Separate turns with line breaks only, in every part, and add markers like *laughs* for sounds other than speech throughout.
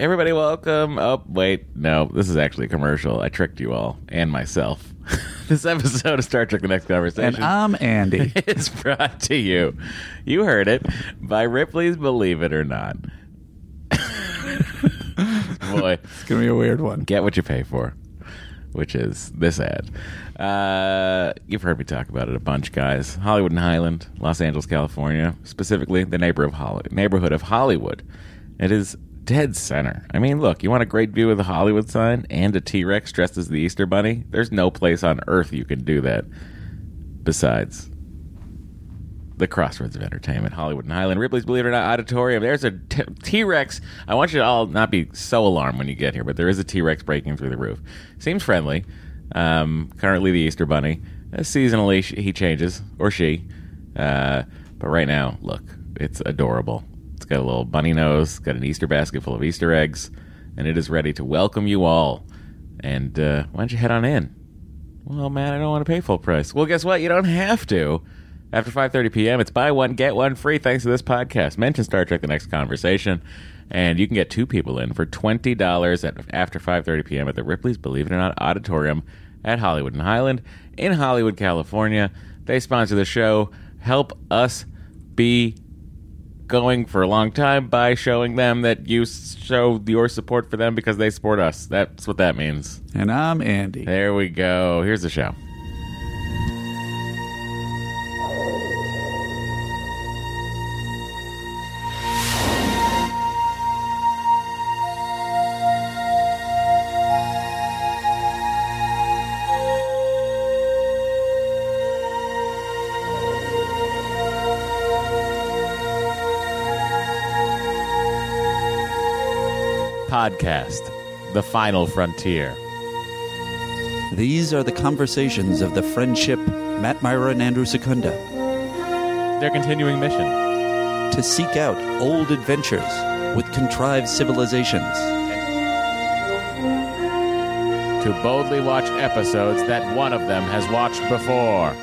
Everybody, welcome. Oh, wait. No, this is actually a commercial. I tricked you all and myself. *laughs* this episode of Star Trek The Next Conversation
And I'm
*laughs*
Andy.
is brought to you, you heard it, by Ripley's Believe It or Not. *laughs* Boy,
It's gonna be a weird one.
get what you pay for, which is this ad. Uh, you've heard me talk about it a bunch, guys. Hollywood and Highland, Los Angeles, California, specifically the neighbor of Holly- neighborhood of Hollywood. It is dead center. I mean, look, you want a great view of the Hollywood sign and a T Rex dressed as the Easter Bunny? There's no place on earth you can do that besides the crossroads of entertainment, Hollywood and Highland, Ripley's Believe It or Not Auditorium. There's a T Rex. I want you to all not be so alarmed when you get here, but there is a T Rex breaking through the roof. Seems friendly. Um, currently the Easter Bunny. Uh, seasonally, sh- he changes, or she. Uh, but right now, look, it's adorable. It's got a little bunny nose, it's got an Easter basket full of Easter eggs, and it is ready to welcome you all. And uh, why don't you head on in? Well, man, I don't want to pay full price. Well, guess what? You don't have to. After 5:30 p.m., it's buy one get one free thanks to this podcast. Mention Star Trek: The Next Conversation, and you can get two people in for twenty dollars at after 5:30 p.m. at the Ripley's Believe It or Not Auditorium at Hollywood and Highland in Hollywood, California. They sponsor the show. Help us be going for a long time by showing them that you s- show your support for them because they support us. That's what that means.
And I'm Andy.
There we go. Here's the show. Podcast, The Final Frontier.
These are the conversations of the friendship Matt Myra and Andrew Secunda
Their continuing mission.
to seek out old adventures with contrived civilizations.
To boldly watch episodes that one of them has watched before.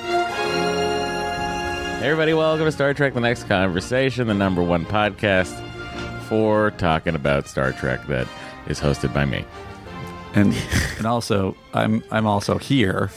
Everybody, welcome to Star Trek The Next Conversation, the number one podcast for talking about Star Trek that is hosted by me.
And and also I'm I'm also here.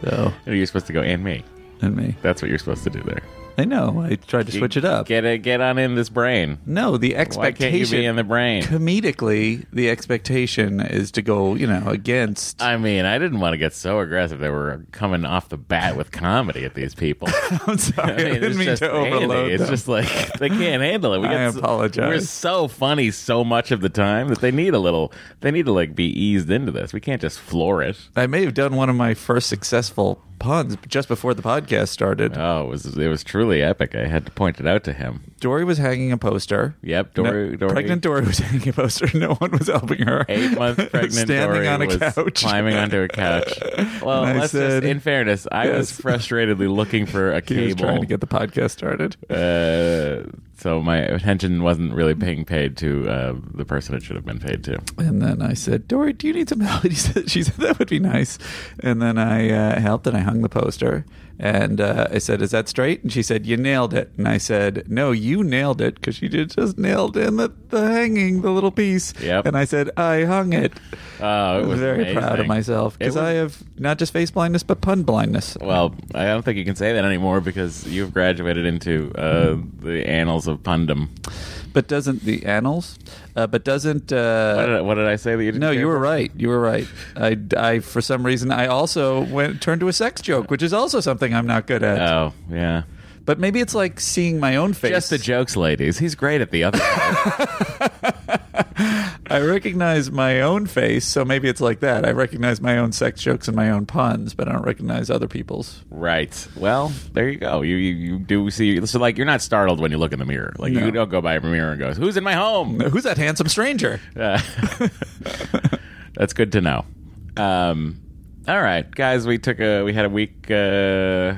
So
And Oh, You're supposed to go and me.
and me.
That's what you're supposed to do there.
I know, I tried to switch it up.
Get it, get on in this brain.
No, the
Why can't you be
expectation
in the
*laughs*
brain?
comedically, the expectation is to go, you know, against
*laughs* I mean, I didn't want to get so aggressive. They were coming off the bat with comedy at these people.
*laughs* I'm sorry, I, *laughs*
I mean,
didn't
it's
mean
just
to
Andy.
overload
It's
them.
just like *laughs* they can't handle it. We
I
got so-
apologize.
We're so funny so much of the time that they need a little. They need to like be eased into this. We can't just floor it.
I may have done one of my first successful puns just before the podcast started.
Oh, it was it was truly epic. I had to point it out to him.
Dory was hanging a poster.
Yep, Dory.
No-
Dory
Pregnant Dory was hanging a poster. *laughs* No one was helping her. *laughs*
Eight month pregnant
Standing
Dory
on a
was
couch. *laughs*
climbing onto a couch. Well,
And I
let's
said-
just, in fairness, I was
Yes.
frustratedly looking for a
*laughs* He
cable.
was trying to get the podcast started.
Uh, so my attention wasn't really being paid to uh, the person it should have been paid to.
And then I said, Dory, do you need some help? *laughs* She said, she said, that would be nice. And then I uh, helped and I hung the poster. And uh, I said, is that straight? And she said, you nailed it. And I said, no, you nailed it because she did just nailed in the, the hanging, the little piece.
Yep.
And I said, I hung it.
Oh, it
I was
was
very
amazing.
proud of myself
It
because
was-
I have not just face blindness, but pun blindness.
Well, I don't think you can say that anymore because you've graduated into uh, the annals of pundum.
But doesn't the annals? Uh, but doesn't.
What
Uh,
did, I, what did I say that you didn't
no,
care
you were
for?
right. You were right. I, I, for some reason, I also went turned to a sex joke, which is also something I'm not good at.
Oh, yeah.
But maybe it's like seeing my own face.
Just the jokes, ladies. He's great at *laughs* the other.
I recognize my own face, so maybe it's like that. I recognize my own sex jokes and my own puns, but I don't recognize other people's.
right. Well, there you go. You, you you do see. So like, you're not startled when you look in the mirror. Like
No.
you don't go by a mirror and goes, "Who's in my home?"
Who's that handsome
*laughs*
stranger?
Uh, *laughs* that's good to know. Um, all right, guys, we took a we had a week uh,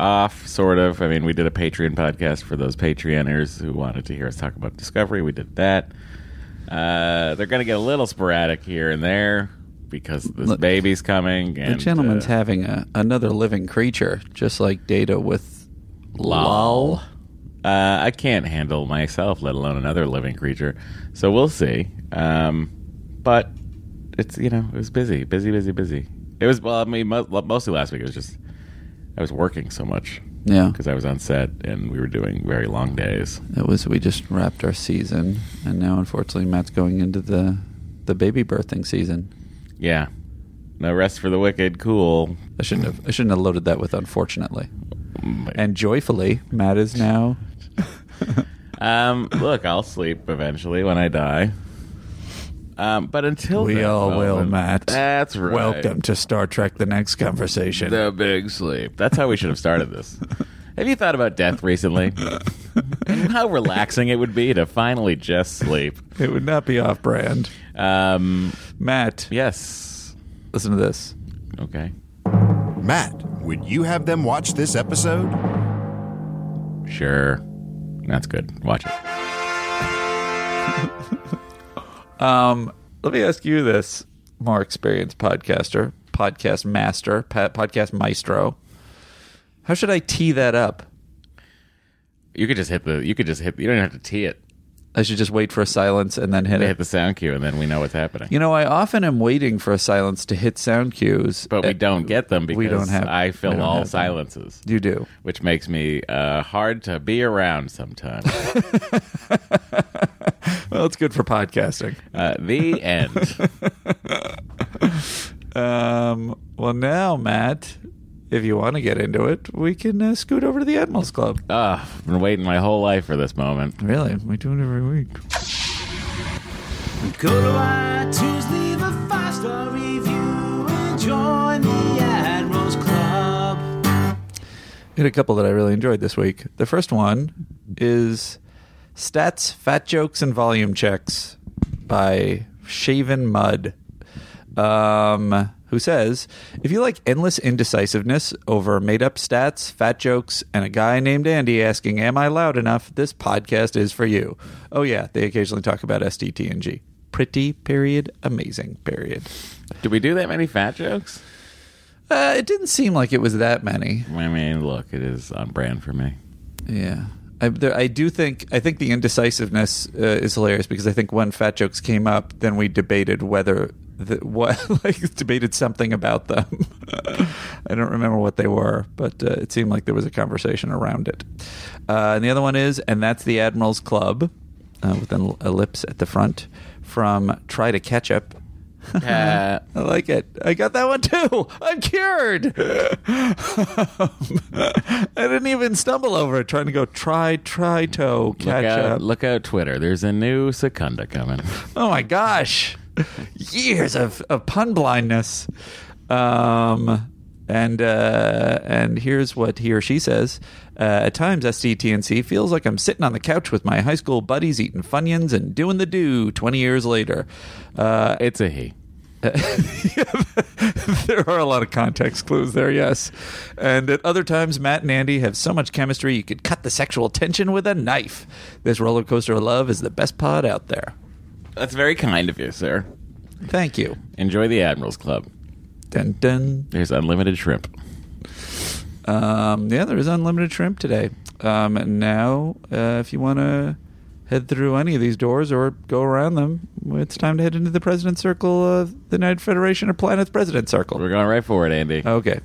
off, sort of. I mean, we did a Patreon podcast for those Patreoners who wanted to hear us talk about Discovery. We did that. Uh, they're going to get a little sporadic here and there because this
Look,
baby's coming. And,
the gentleman's
uh,
having a, another living creature, just like Data with Lol.
Uh, I can't handle myself, let alone another living creature. So we'll see. Um, but it's you know it was busy, busy, busy, busy. It was well, I mean, mo- mostly last week it was just I was working so much
Yeah.
because I was on set and we were doing very long days.
It was we just wrapped our season, and now unfortunately Matt's going into the the baby birthing season.
Yeah, no rest for the wicked. Cool.
I shouldn't have I shouldn't have loaded that with unfortunately
And
and joyfully. Matt is now.
um, look, I'll sleep eventually when I die. Um, but until
We
that
all will,
moment-
Matt.
That's right.
Welcome to Star Trek: The Next Conversation.
The big sleep. That's how we should have started this. Have you thought about death recently? and how relaxing it would be to finally just sleep.
*laughs* It would not be off-brand.
Um,
Matt,
yes.
listen to this.
Okay.
Matt, would you have them watch this episode?
Sure. That's good. Watch it.
Um, let me ask you this, more experienced podcaster, podcast master, pa- podcast maestro. How should I tee that up?
You could just hit the. You could just hit. You don't even have to tee it.
I should just wait for a silence and then hit
They
it.
hit the sound cue, and then we know what's happening.
You know, I often am waiting for a silence to hit sound cues,
But
Uh,
we don't get them because
we don't have-
I
we
fill
don't
all
have them.
silences,
You do.
which makes me uh, hard to be
*laughs*
around sometimes.
Well, it's good for podcasting.
uh, the end.
Um, well, now, Matt, if you want to get into it, we can uh, scoot over to the Admirals Club.
Ugh, I've been waiting my whole life for this moment.
Really, we do it every week.
Go to iTunes, leave a five star review, and join the Admirals Club.
I had a couple that I really enjoyed this week. The first one is Stats, Fat Jokes, and Volume Checks by Shaven Mud, um, who says If you like endless indecisiveness over made up stats, fat jokes, and a guy named Andy asking, Am I loud enough? This podcast is for you. Oh, yeah, they occasionally talk about SDTNG. Pretty, period. Amazing, period.
Do we do that many fat jokes?
Uh, it didn't seem like it was that many.
I mean, look, it is on brand for *laughs* me.
Yeah. I, there, I do think I think the indecisiveness uh, is hilarious because I think when fat jokes came up, then we debated whether the, what *laughs* like debated something about them. *laughs* I don't remember what they were, but uh, it seemed like there was a conversation around it. Uh, and the other one is, and that's the Admirals Club uh, with an ellipse at the front from Try to Catch Up.
Uh,
I like it. I got that one too. I'm cured. *laughs* I didn't even stumble over it trying to go try, try toe,
look,
catch
out,
up.
look out, Twitter. There's a new Secunda *laughs* coming.
Oh my gosh. Years of, of pun blindness. Um, and uh, and here's what he or she says. Uh, at times, SDTNC feels like I'm sitting on the couch with my high school buddies eating Funyuns and doing the do 20 years later. Uh,
It's a he.
*laughs* there are a lot of context clues there, yes. And at other times, Matt and Andy have so much chemistry you could cut the sexual tension with a knife. This roller coaster of love is the best pod out there.
That's very kind of you, sir.
Thank you.
Enjoy the Admirals Club.
Dun dun.
There's unlimited shrimp.
Um, yeah, there is unlimited shrimp today. Um, and now, uh, if you want to head through any of these doors or go around them, it's time to head into the President's Circle of the United Federation of Planets President's Circle.
We're going right for it, Andy.
*laughs* Okay.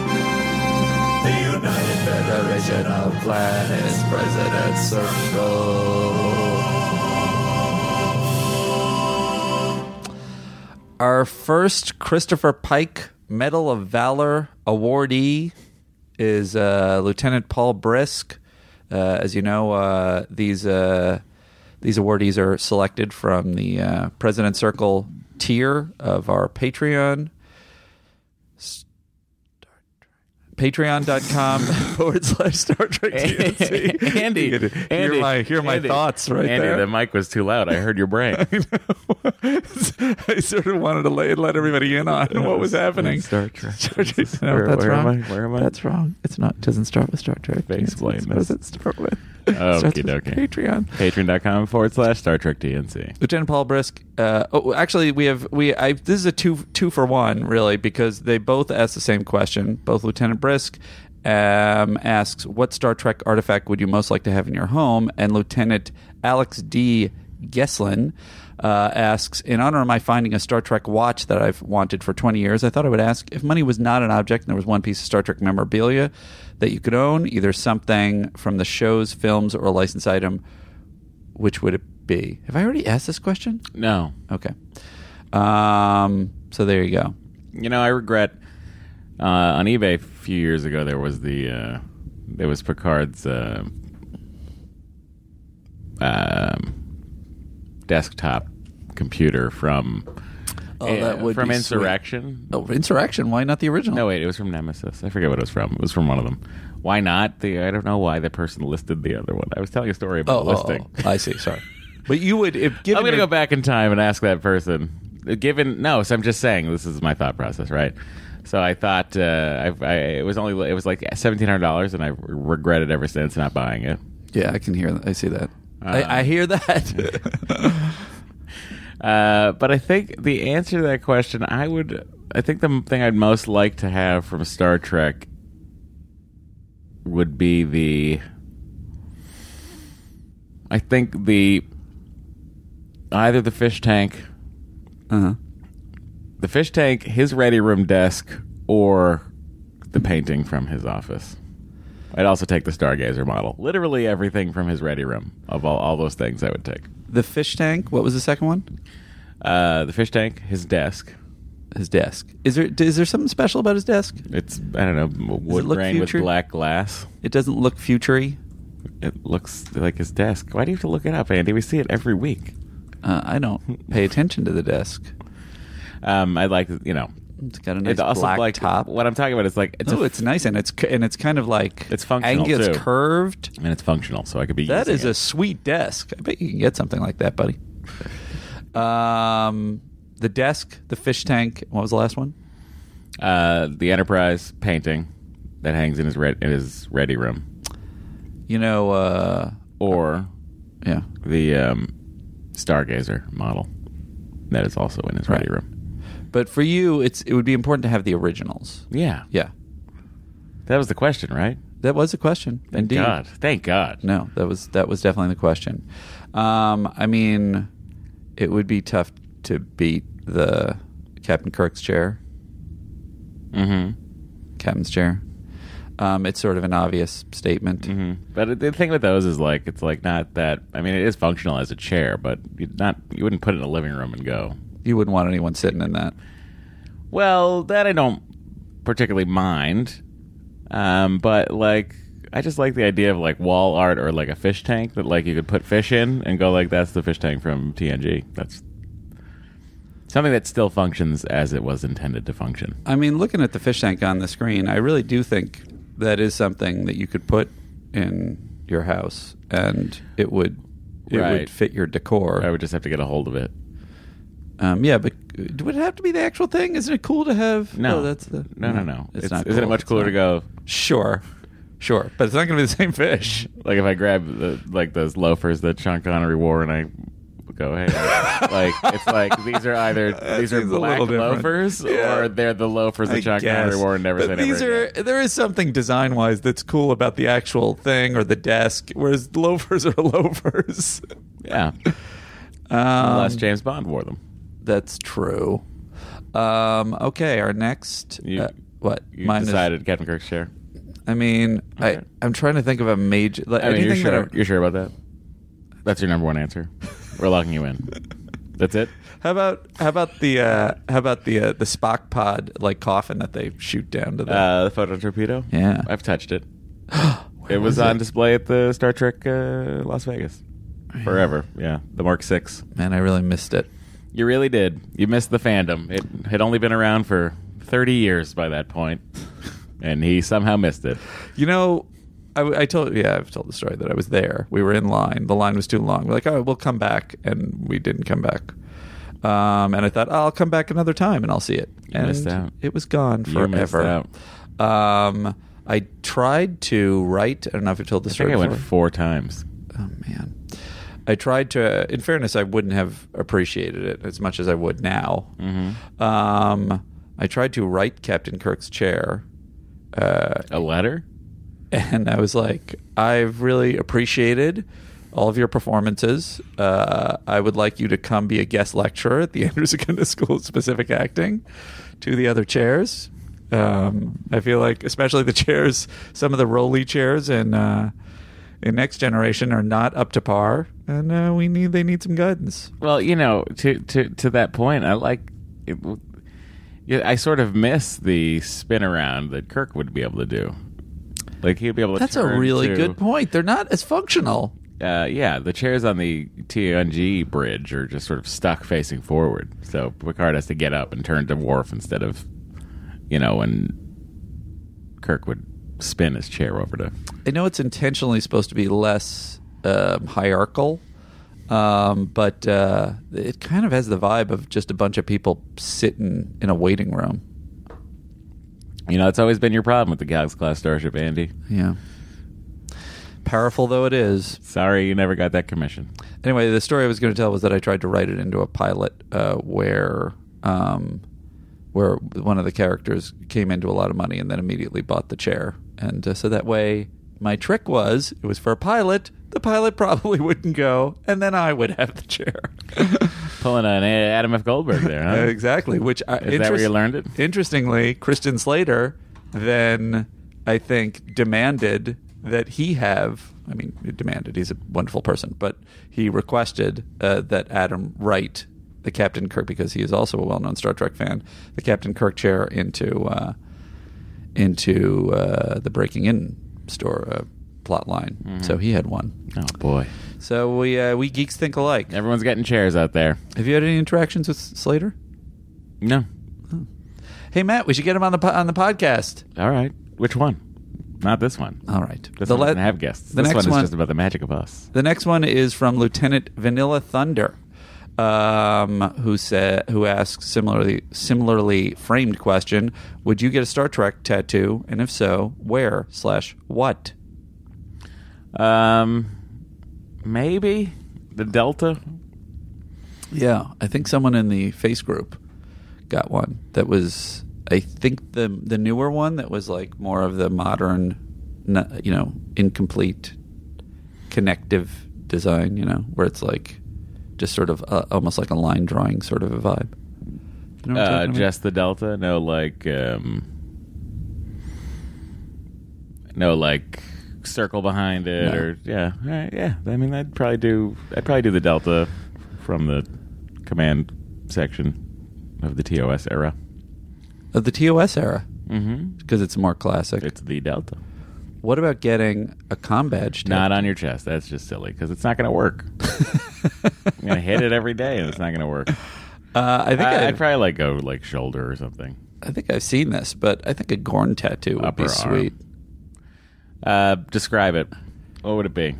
The United
Federation of Planets President's Circle. Our first Christopher Pike Medal of Valor awardee is uh, Lieutenant Paul Brisk. Uh, as you know, uh, these uh, these awardees are selected from the uh, President's Circle tier of our Patreon. patreon.com *laughs* forward slash Star Trek
*laughs*
TNC.
Andy,
You could hear
Andy,
my, hear my
Andy,
thoughts right
Andy,
there.
the mic was too loud. I heard
*laughs*
your brain.
I sort of wanted to lay, let everybody in on what was happening.
Star Trek.
*laughs* Star Trek. No,
Where-
that's
where am
wrong.
I? Where am I?
That's wrong. It's not. Doesn't start with Star Trek.
Explain
What does
this. Oh,
it start with?
Okie
Starts with
dokie.
Patreon.
Patreon.com forward slash Star Trek DNC.
Lieutenant Paul Brisk. Uh, oh, actually, we have we. I this is a two two for one really because they both ask the same question. Both Lieutenant Brisk um, asks, "What Star Trek artifact would you most like to have in your home?" And Lieutenant Alex D. Gesslin. Uh, asks in honor of my finding a Star Trek watch that I've wanted for 20 years. I thought I would ask if money was not an object and there was one piece of Star Trek memorabilia that you could own, either something from the shows, films, or a license item which would it be? Have I already asked this question?
No.
Okay. Um, so there you go.
You know, I regret uh, on eBay a few years ago there was the uh, there was Picard's uh, um, desktop computer from uh,
Oh, that would
from
be
Insurrection.
Oh, Insurrection. Why not the original?
No, wait, it was from Nemesis. I forget what it was from. It was from one of them. Why not? The I don't know why the person listed the other one. I was telling a story
oh,
about
oh,
listing.
oh, I see.
*laughs*
Sorry. But you would, if given
I'm going to
your-
go back in time and ask that person. Given no, so I'm just saying this is my thought process, right? So I thought uh, I, I it was only it was like seventeen hundred dollars, and I regretted ever since not buying it.
Yeah, I can hear that. I see that. I, I hear
*laughs*
that.
Uh, but I think the answer to that question, I would, I think the thing I'd most like to have from Star Trek would be the, I think the, either the fish tank,
uh-huh.
the fish tank, his ready room desk, or the painting from his office. I'd also take the Stargazer model. Literally everything from his ready room. Of all, all those things, I would take.
The fish tank. What was the second one?
Uh, the fish tank, his desk,
His desk. Is there is there something special about his desk?
It's I don't know wood
look
grain with
future-
black glass.
It doesn't look futury.
It looks like his desk. Why do you have to look it up, Andy? We see it every week.
Uh, I don't pay attention to the desk.
Um, I like you know.
It's got a nice
it's also
black
like
top.
what I'm talking about is like it's
It's
a,
it's nice and it's and it's kind of like
It's functional,
and it's
too.
curved.
and it's functional, so I could be.
That
using
is
it.
a sweet desk. I bet you can get something like that,
*laughs*
buddy. Um, the desk, the fish tank. What was the last one?
uh, the Enterprise painting that hangs in his red in his ready room,
You know, uh,
or
yeah.
the um, Stargazer model that is also in his
Right.
ready room.
But for you, it's it would be important to have the originals.
Yeah,
Yeah,
that was the question, right?
that was a question. Indeed.
God, thank God.
No, that was that was definitely the question. Um, I mean, it would be tough to beat the Captain Kirk's chair.
Mm-hmm.
captain's chair. Um, it's sort of an obvious statement.
hmm But the thing with those is like it's like not that. I mean, it is functional as a chair, but you not you wouldn't put it in a living room and go.
You wouldn't want anyone sitting in that.
Well, that I don't particularly mind, um, but like I just like the idea of like wall art or like a fish tank that like you could put fish in and go like that's the fish tank from TNG. That's something that still functions as it was intended to function.
I mean, looking at the fish tank on the screen, I really do think that is something that you could put in your house, and it would it
Right.
would fit your decor.
I would just have to get a hold of it.
Um, yeah, but would it have to be the actual thing? Isn't it cool to have?
No,
oh, that's the
no, no, no.
It's,
It's-
not.
Isn't it
cool.
much
It's
cooler
not-
to go?
Sure, sure, but it's not going to be the same fish.
*laughs* Like if I grab the, like those loafers that Sean Connery wore, and I go, "Hey," like it's like these
*laughs*
are either these are
seems a
black
little different.
loafers,
Yeah.
or they're the loafers that
I
Sean Connery
guess.
wore and never
But
said
these
ever
are
again.
there is something design wise that's cool about the actual thing or the desk, whereas loafers are *laughs* loafers.
Yeah,
Um,
unless James Bond wore them.
that's true. Um, okay, our next
You-
uh, what?
You
Mine is-
decided Captain Kirk's chair.
I mean,
Okay.
I I'm trying to think of a major. Like,
I mean, you're
anything that
sure,
I-
you're sure about that? That's your number one answer. We're locking you in.
*laughs*
That's it.
How about how about the uh, how about the uh, the Spock pod like coffin that they shoot down to the
Uh, the photon torpedo.
Yeah.
I've touched it.
Where
It was,
was
on
it?
display at the Star Trek uh, Las Vegas forever. Yeah, the Mark Six.
man? I really missed it.
You really did. You missed the fandom. It had only been around for 30 years by that point, and he somehow missed it.
You know, I, I told yeah, I've told the story that I was there. We were in line. The line was too long. We're like, oh, we'll come back, and we didn't come back. Um, and I thought, oh, I'll come back another time and I'll see it.
You
and
missed out.
It was gone
You missed
forever. Um, I tried to write. I don't know if I told the
I think
story
I
before.
went four times.
oh man, I tried to. in fairness, I wouldn't have appreciated it as much as I would now.
Mm-hmm.
Um, I tried to write Captain Kirk's chair. Uh,
A letter?
and I was like, I've really appreciated all of your performances. Uh, I would like you to come be a guest lecturer at the *laughs* Andrews Secunda School of Specific Acting to the other chairs. Um, I feel like, especially the chairs, some of the rolly chairs in uh, in Next Generation are not up to par, and uh, we need they need some guidance.
Well, you know, to to to that point, I like. It, yeah, I sort of miss the spin around that Kirk would be able to do. Like he'd be able to.
That's a
turn
really
to-
good point. They're not as functional.
Uh, yeah, the chairs on the TNG bridge are just sort of stuck facing forward, so Picard has to get up and turn to Worf instead of, you know, when Kirk would spin his chair over to.
I know it's intentionally supposed to be less um, hierarchical, um, but uh, it kind of has the vibe of just a bunch of people sitting in a waiting room.
You know, it's always been your problem with the Galaxy class starship, Andy.
Yeah. Powerful though it is.
Sorry, you never got that commission.
Anyway, the story I was going to tell was that I tried to write it into a pilot uh, where um, where one of the characters came into a lot of money and then immediately bought the chair, and uh, so that way my trick was it was for a pilot. The pilot *laughs* probably wouldn't go, and then I would have the chair. *laughs*
Pulling an Adam F. Goldberg there, huh?
Uh, *laughs* exactly. Which I,
Is that where you learned it?
Interestingly, Christian Slater then I think demanded that he have. I mean, he demanded. He's a wonderful person, but he requested uh, that Adam write the Captain Kirk because he is also a well-known Star Trek fan. The Captain Kirk chair into uh, into uh, the Breaking In store uh, plot line.
Mm-hmm.
So he had one.
Oh boy,
So we uh, we geeks think alike.
everyone's getting chairs out there.
Have you had any interactions with Slater?
No,
Hey Matt, we should get him on the po- on the podcast.
all right. Which one? Not this one.
All right.
This
the
one
le-
doesn't have guests.
the
this
next
one is
one-
just about the magic of us.
the next one is from Lieutenant Vanilla Thunder, um, who said who asks similarly similarly framed question: Would you get a Star Trek tattoo, and if so, where slash what?
Um, maybe the Delta.
Yeah, I think someone in the face group got one that was I think the the newer one that was like more of the modern n- you know incomplete connective design, you know, where it's like just sort of uh, almost like a line drawing sort of a vibe. You know what I'm
Uh,
talking about?
just the Delta. No, like um, no, like circle behind it,
No.
or yeah, all right, yeah. I mean, I'd probably do. I'd probably do the Delta from the command section of the TOS era.
of the TOS era
Mm-hmm.
because it's more classic.
It's the Delta.
what about getting a com badge? *laughs*
Not on your chest. That's just silly because it's not going to work. I'm going to hit it every day and it's not going to work.
Uh, I think
I,
I,
would probably like go like shoulder or something.
I think I've seen this, but I think a Gorn tattoo would be
Upper arm.
sweet.
Uh, describe it. What would it be?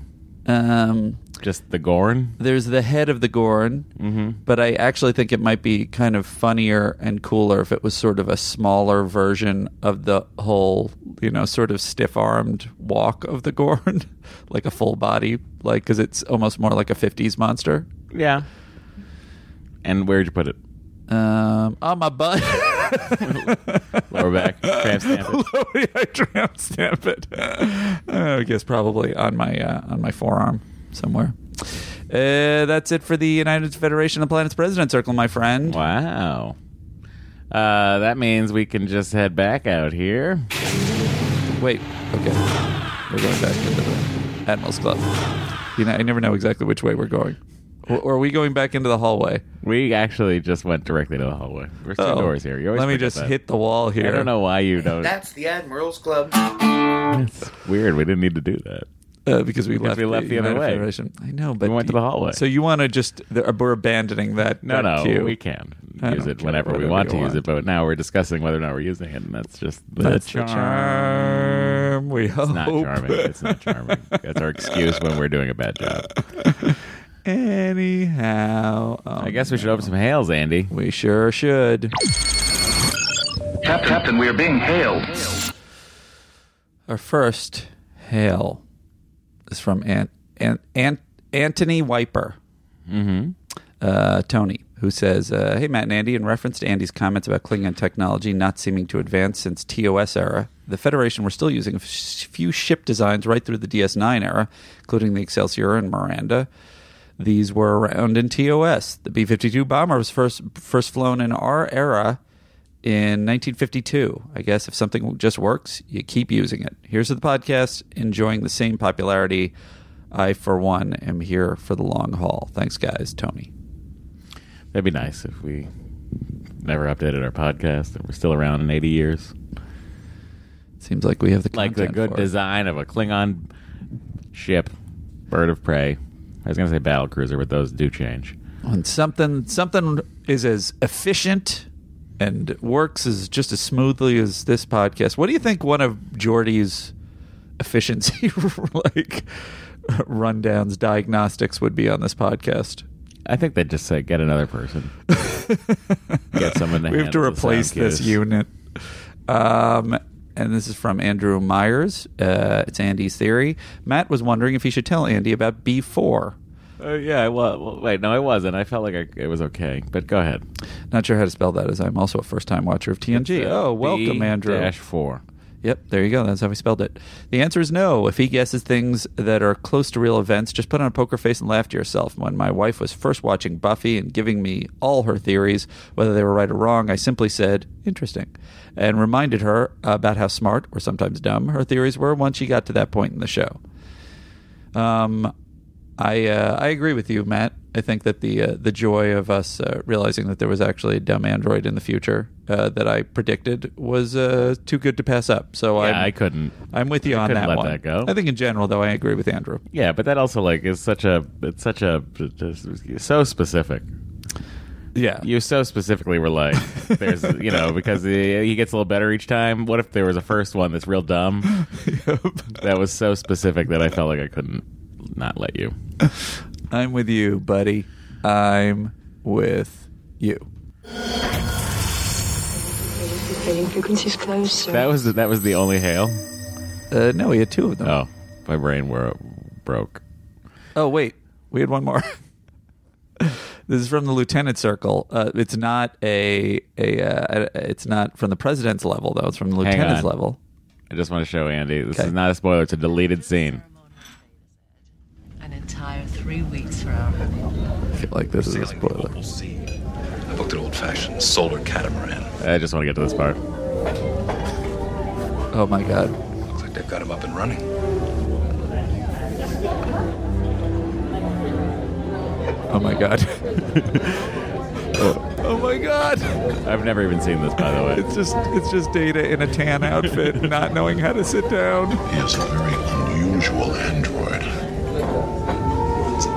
Um,
Just the Gorn?
there's the head of the Gorn, but I actually think it might be kind of funnier and cooler if it was sort of a smaller version of the whole, you know, sort of stiff armed walk of the Gorn, *laughs* like a full body, like because it's almost more like a 50s monster.
Yeah. And where'd you put it?
Um, on my butt.
Lower back. Tramp stamp
*laughs*
it.
Lower- I tramp stamp it. *laughs* Uh, I guess probably on my uh, on my forearm somewhere. Uh, that's it for the United Federation of Planets President Circle, my friend.
Wow. Uh, that means we can just head back out here.
Wait, okay. We're going back into the Admiral's Club. You know, I never know exactly which way we're going. Or or are we going back into the hallway?
We actually just went directly to the hallway. There's two
Oh.
doors here. You always
Let me
forget
just
that.
hit the wall
I
here.
don't know why you don't.
That's the Admiral's Club.
It's weird. We didn't need to do that.
uh, because we
Because
left.
we left the other
United
way.
Federation. I know, but
went to the hallway.
So you want to just the, we're abandoning that?
No,
that
no,
cue.
we can
I
use
don't
it
care,
whenever we
whatever
want
you
to use
want.
it. But now we're discussing whether or not we're using it, and that's just the
That's the
charm.
charm. We hope.
It's not charming. It's not charming. That's our excuse when we're doing a bad job.
Anyhow, oh,
I guess we should open some hails, Andy.
we sure should.
Cap- Captain, we are being hailed.
Our first hail is from Ant, Ant, Ant, Anthony Wiper, mm-hmm. uh, Tony, who says, uh, "Hey Matt and Andy, in reference to Andy's comments about Klingon technology not seeming to advance since TOS era, the Federation were still using a f- few ship designs right through the DS9 era, including the Excelsior and Miranda." These were around in TOS. The B 52 bomber was first, first flown in our era in 1952. I guess if something just works, you keep using it. Here's to the podcast enjoying the same popularity. I, for one, am here for the long haul. Thanks, guys. Tony.
That'd be nice if we never updated our podcast and we're still around in 80 years.
Seems like we have the
Like the
content
good
for it.
design of a Klingon ship, bird of prey. I was going to say battle cruiser, but those do change.
When something something is as efficient and works as just as smoothly as this podcast. What do you think one of Jordy's efficiency *laughs* like rundowns diagnostics would be on this podcast?
I think they just said get
*laughs*
another person. get someone to
we have to
handle the sound
replace this
cues.
unit. Um, and this is from Andrew Myers. Uh, it's Andy's theory. Matt was wondering if he should tell Andy about B4.
Uh, yeah, well, well, wait, no, I wasn't. I felt like I, it was okay, but go ahead.
Not sure how to spell that, as I'm also a first time watcher of TNG. oh, welcome, Andrew.
Dash four.
Yep, there you go. That's how we spelled it. The answer is no. If he guesses things that are close to real events, just put on a poker face and laugh to yourself. When my wife was first watching Buffy and giving me all her theories, whether they were right or wrong, I simply said, interesting, and reminded her about how smart, or sometimes dumb, her theories were once she got to that point in the show. Um, I uh, I agree with you, Matt. I think that the uh, the joy of us uh, realizing that there was actually a dumb android in the future uh, that I predicted was uh, too good to pass up. So
Yeah,
I'm,
I couldn't.
I'm with you
I
on
couldn't
that
let
one.
that go.
I think in general, though, I agree with Andrew.
Yeah, but that also like is such a it's such a it's so specific.
Yeah,
You so specifically were like, *laughs* there's you know because he he gets a little better each time. What if there was a first one that's real *laughs* dumb? That was so specific that I felt like I couldn't not let you.
I'm with you, buddy. I'm with you.
Hailing frequencies closed, sir.
That was that was the only hail.
Uh, no, we had two of them.
Oh, my brain were broke.
Oh, wait. We had one more. *laughs* this is from the lieutenant circle. Uh, it's not a a uh, it's not from the president's level though. It's from the
Hang
lieutenant's
on.
level.
I just want to show Andy. This
Okay.
is not a spoiler. It's a deleted scene.
An entire three weeks for our honeymoon.
I feel like this is a
Sailing the
spoiler.
global sea. I booked an old-fashioned solar catamaran.
I just want to get to this part.
Oh my god.
Looks like they've got him up and running.
Oh my god. *laughs* oh my god.
I've never even seen this, by the way.
It's just it's just Data in a tan outfit, not knowing how to sit down.
He is a very unusual android. It's in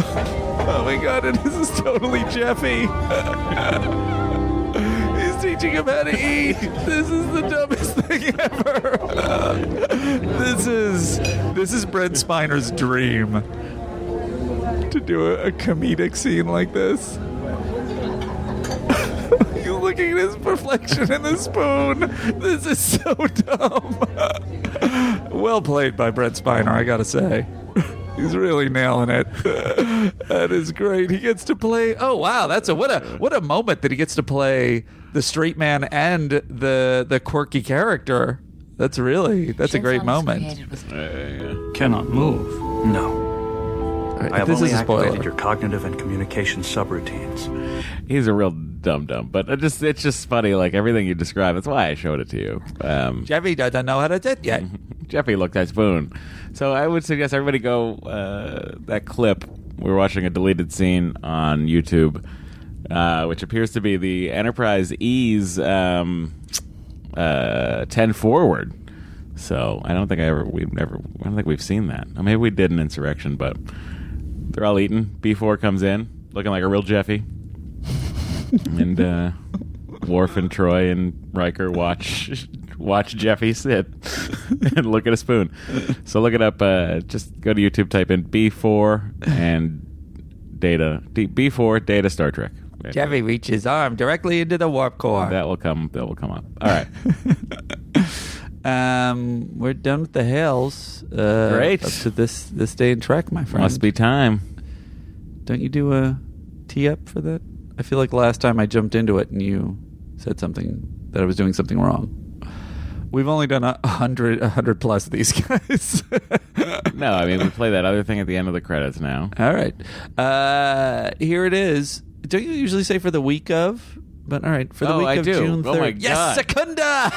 the family.
Oh my god, and this is totally Jeffy. *laughs* He's teaching him how to eat. This is the dumbest thing ever. *laughs* this is this is Brent Spiner's dream to do a, a comedic scene like this. *laughs* He's looking at his reflection in the spoon. This is so dumb. *laughs* well played by Brent Spiner, I gotta say. *laughs* He's really nailing it. *laughs* that is great. He gets to play. Oh wow, that's a what a what a moment that he gets to play the straight man and the the quirky character. That's really that's a great moment.
Created with
Cannot move. No. I have
this
only
is a spoiler.
activated your cognitive and communication subroutines.
He's a real dum dum, but it just it's just funny. Like everything you describe, that's why I showed it to you. Um,
Jeffy doesn't know how to do it yet.
Mm-hmm.
Jeffy looked at Spoon, so I would suggest everybody go uh, that clip. We We're watching a deleted scene on YouTube, uh, which appears to be the Enterprise E's um, uh, ten forward. So I don't think I ever we've never I don't think we've seen that. Or maybe we did an insurrection, but they're all eating. B four comes in looking like a real Jeffy, *laughs* and uh, Worf and Troy and Riker watch *laughs* watch Jeffy sit *laughs* and look at a spoon. So look it up. Uh, just go to YouTube, type in B four and data B four data Star Trek.
Jeffy reaches arm directly into the warp core.
That will come. That will come up. All right.
Um, we're done with the hails. Uh,
Great.
Up to this this day in Trek, my friend.
Must be time.
Don't you do a tee up for that? I feel like last time I jumped into it and you said something that I was doing something wrong. We've only done a hundred, a hundred plus of these guys.
No, I mean we play that other thing at the end of the credits now.
All right. Uh, here it is. Don't you usually say for the week of? But all right, for the
Oh,
week
I
of
do.
June 3rd.
Oh, my God.
Yes, *laughs* Secunda!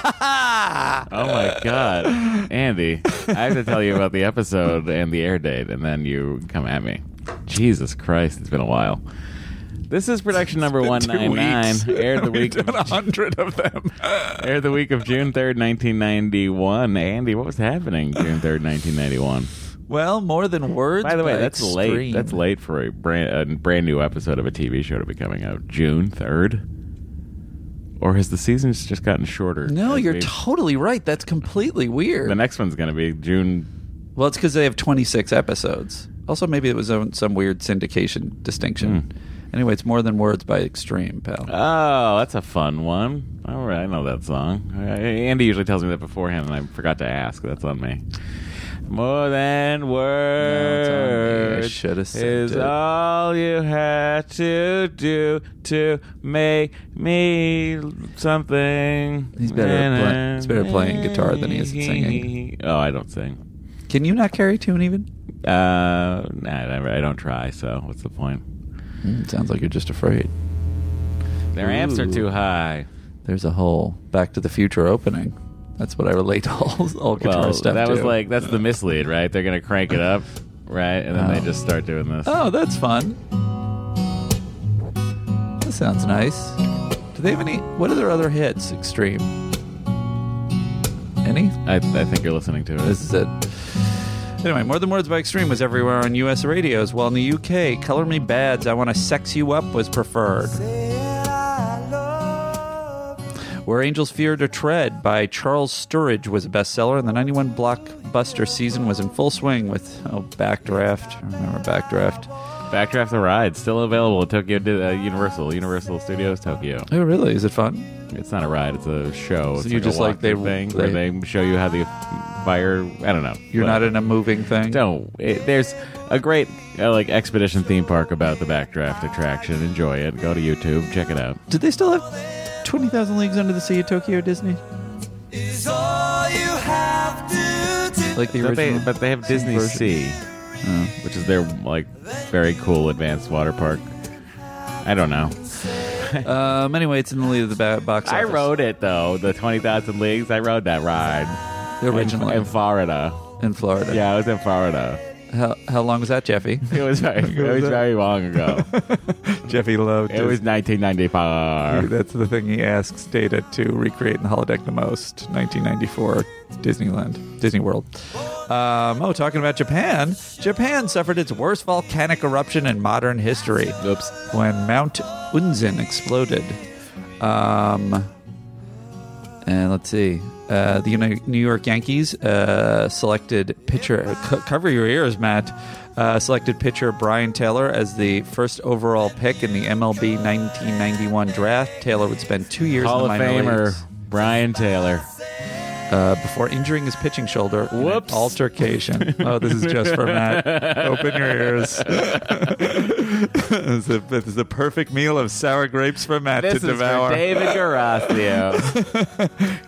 Oh my god, Andy! I have to tell you about the episode and the air date, and then you come at me. Jesus Christ, it's been a while. This is production number one nine nine.
*laughs*
Aired the week of,
a hundred of them.
aired the week of June third, nineteen ninety one. Andy, what was happening June third, nineteen ninety one?
well, more than words.
By the way,
but
that's late.
extreme.
That's late for a brand a brand new episode of a TV show to be coming out June third. Or has the season's just gotten shorter?
No,
as
you're
we've-
totally right. That's completely weird.
the next one's going to be June.
well, it's because they have 26 episodes. Also, maybe it was on some weird syndication
Hmm.
distinction. Anyway, it's more than words by extreme, pal.
Oh, that's a fun one. All right, I know that song. All right, Andy usually tells me that beforehand, and I forgot to ask. That's on me. More than
I
words
should have said
is
it.
all you had to do to make me something.
He's better at play- he's better at playing guitar than he is at singing.
Oh, I don't sing.
Can you not carry tune even?
Uh, nah, I never- I don't try. So what's the point?
Mm, it sounds like you're just afraid.
Their amps are
Ooh.
too high.
There's a whole Back to the Future opening. That's what I relate all all guitar
Well,
stuff
that was
to.
like that's the mislead, right? They're gonna crank it up, right, and then they
Oh.
just start doing this.
oh, that's fun. That sounds nice. Do they have any? What are their other hits? Extreme. Any?
I, I think you're listening to it.
This is it. Anyway, More Than Words by Extreme was everywhere on U.S. radios, while in the U.K., Color Me Bad's I Want to Sex You Up was preferred. Where Angels Fear to Tread by Charles Sturridge was a bestseller, and the 91 blockbuster season was in full swing with, oh, Backdraft. I remember Backdraft.
Backdraft the Ride still available at Tokyo Di- uh, Universal Universal Studios Tokyo.
Oh, really? Is it fun?
It's not a ride; it's a show. it's
you
like
just
a
like they-
walkthrough thing where
they-
they show you how the fire. I don't know.
You're
But-
not in a moving thing?
No, it, there's a great uh, like expedition theme park about the Backdraft attraction. Enjoy it. Go to YouTube, check it out.
Did they still have 20,000 Leagues Under the Sea at Tokyo Disney? Like the
But they,
original.
but they have Disney
version.
Sea, which is their like very cool advanced water park. I don't know.
Um, anyway, it's in the lead of the ba- box office.
I rode it though, the twenty thousand leagues. I rode that ride
originally
in, in Florida.
in Florida.
Yeah, I was in Florida.
How, how long was that,
*laughs*
Jeffy?
It was very, it was very long *laughs* ago.
Jeffy Lowe.
It was nineteen ninety four.
That's the thing he asks Data to recreate in the holodeck the most. 1994 Disneyland, Disney World. Um, oh, talking about Japan. Japan suffered its worst volcanic eruption in modern history.
Oops.
when Mount Unzen exploded. Um, and let's see. Uh, the Uni- New York Yankees uh, selected pitcher. C- cover your ears, Matt. Uh, selected pitcher Brian Taylor as the first overall pick in the MLB 1991 draft. Taylor would spend two years
Hall
in the
of
minor
Famer
leagues,
Brian Taylor.
uh, before injuring his pitching shoulder. in an
Whoops.
altercation. oh, this is just for
*laughs*
Matt. Open your ears. *laughs* This is, a, this is a perfect meal of sour grapes for Matt
This
to
is
devour.
for David *laughs* Garasio.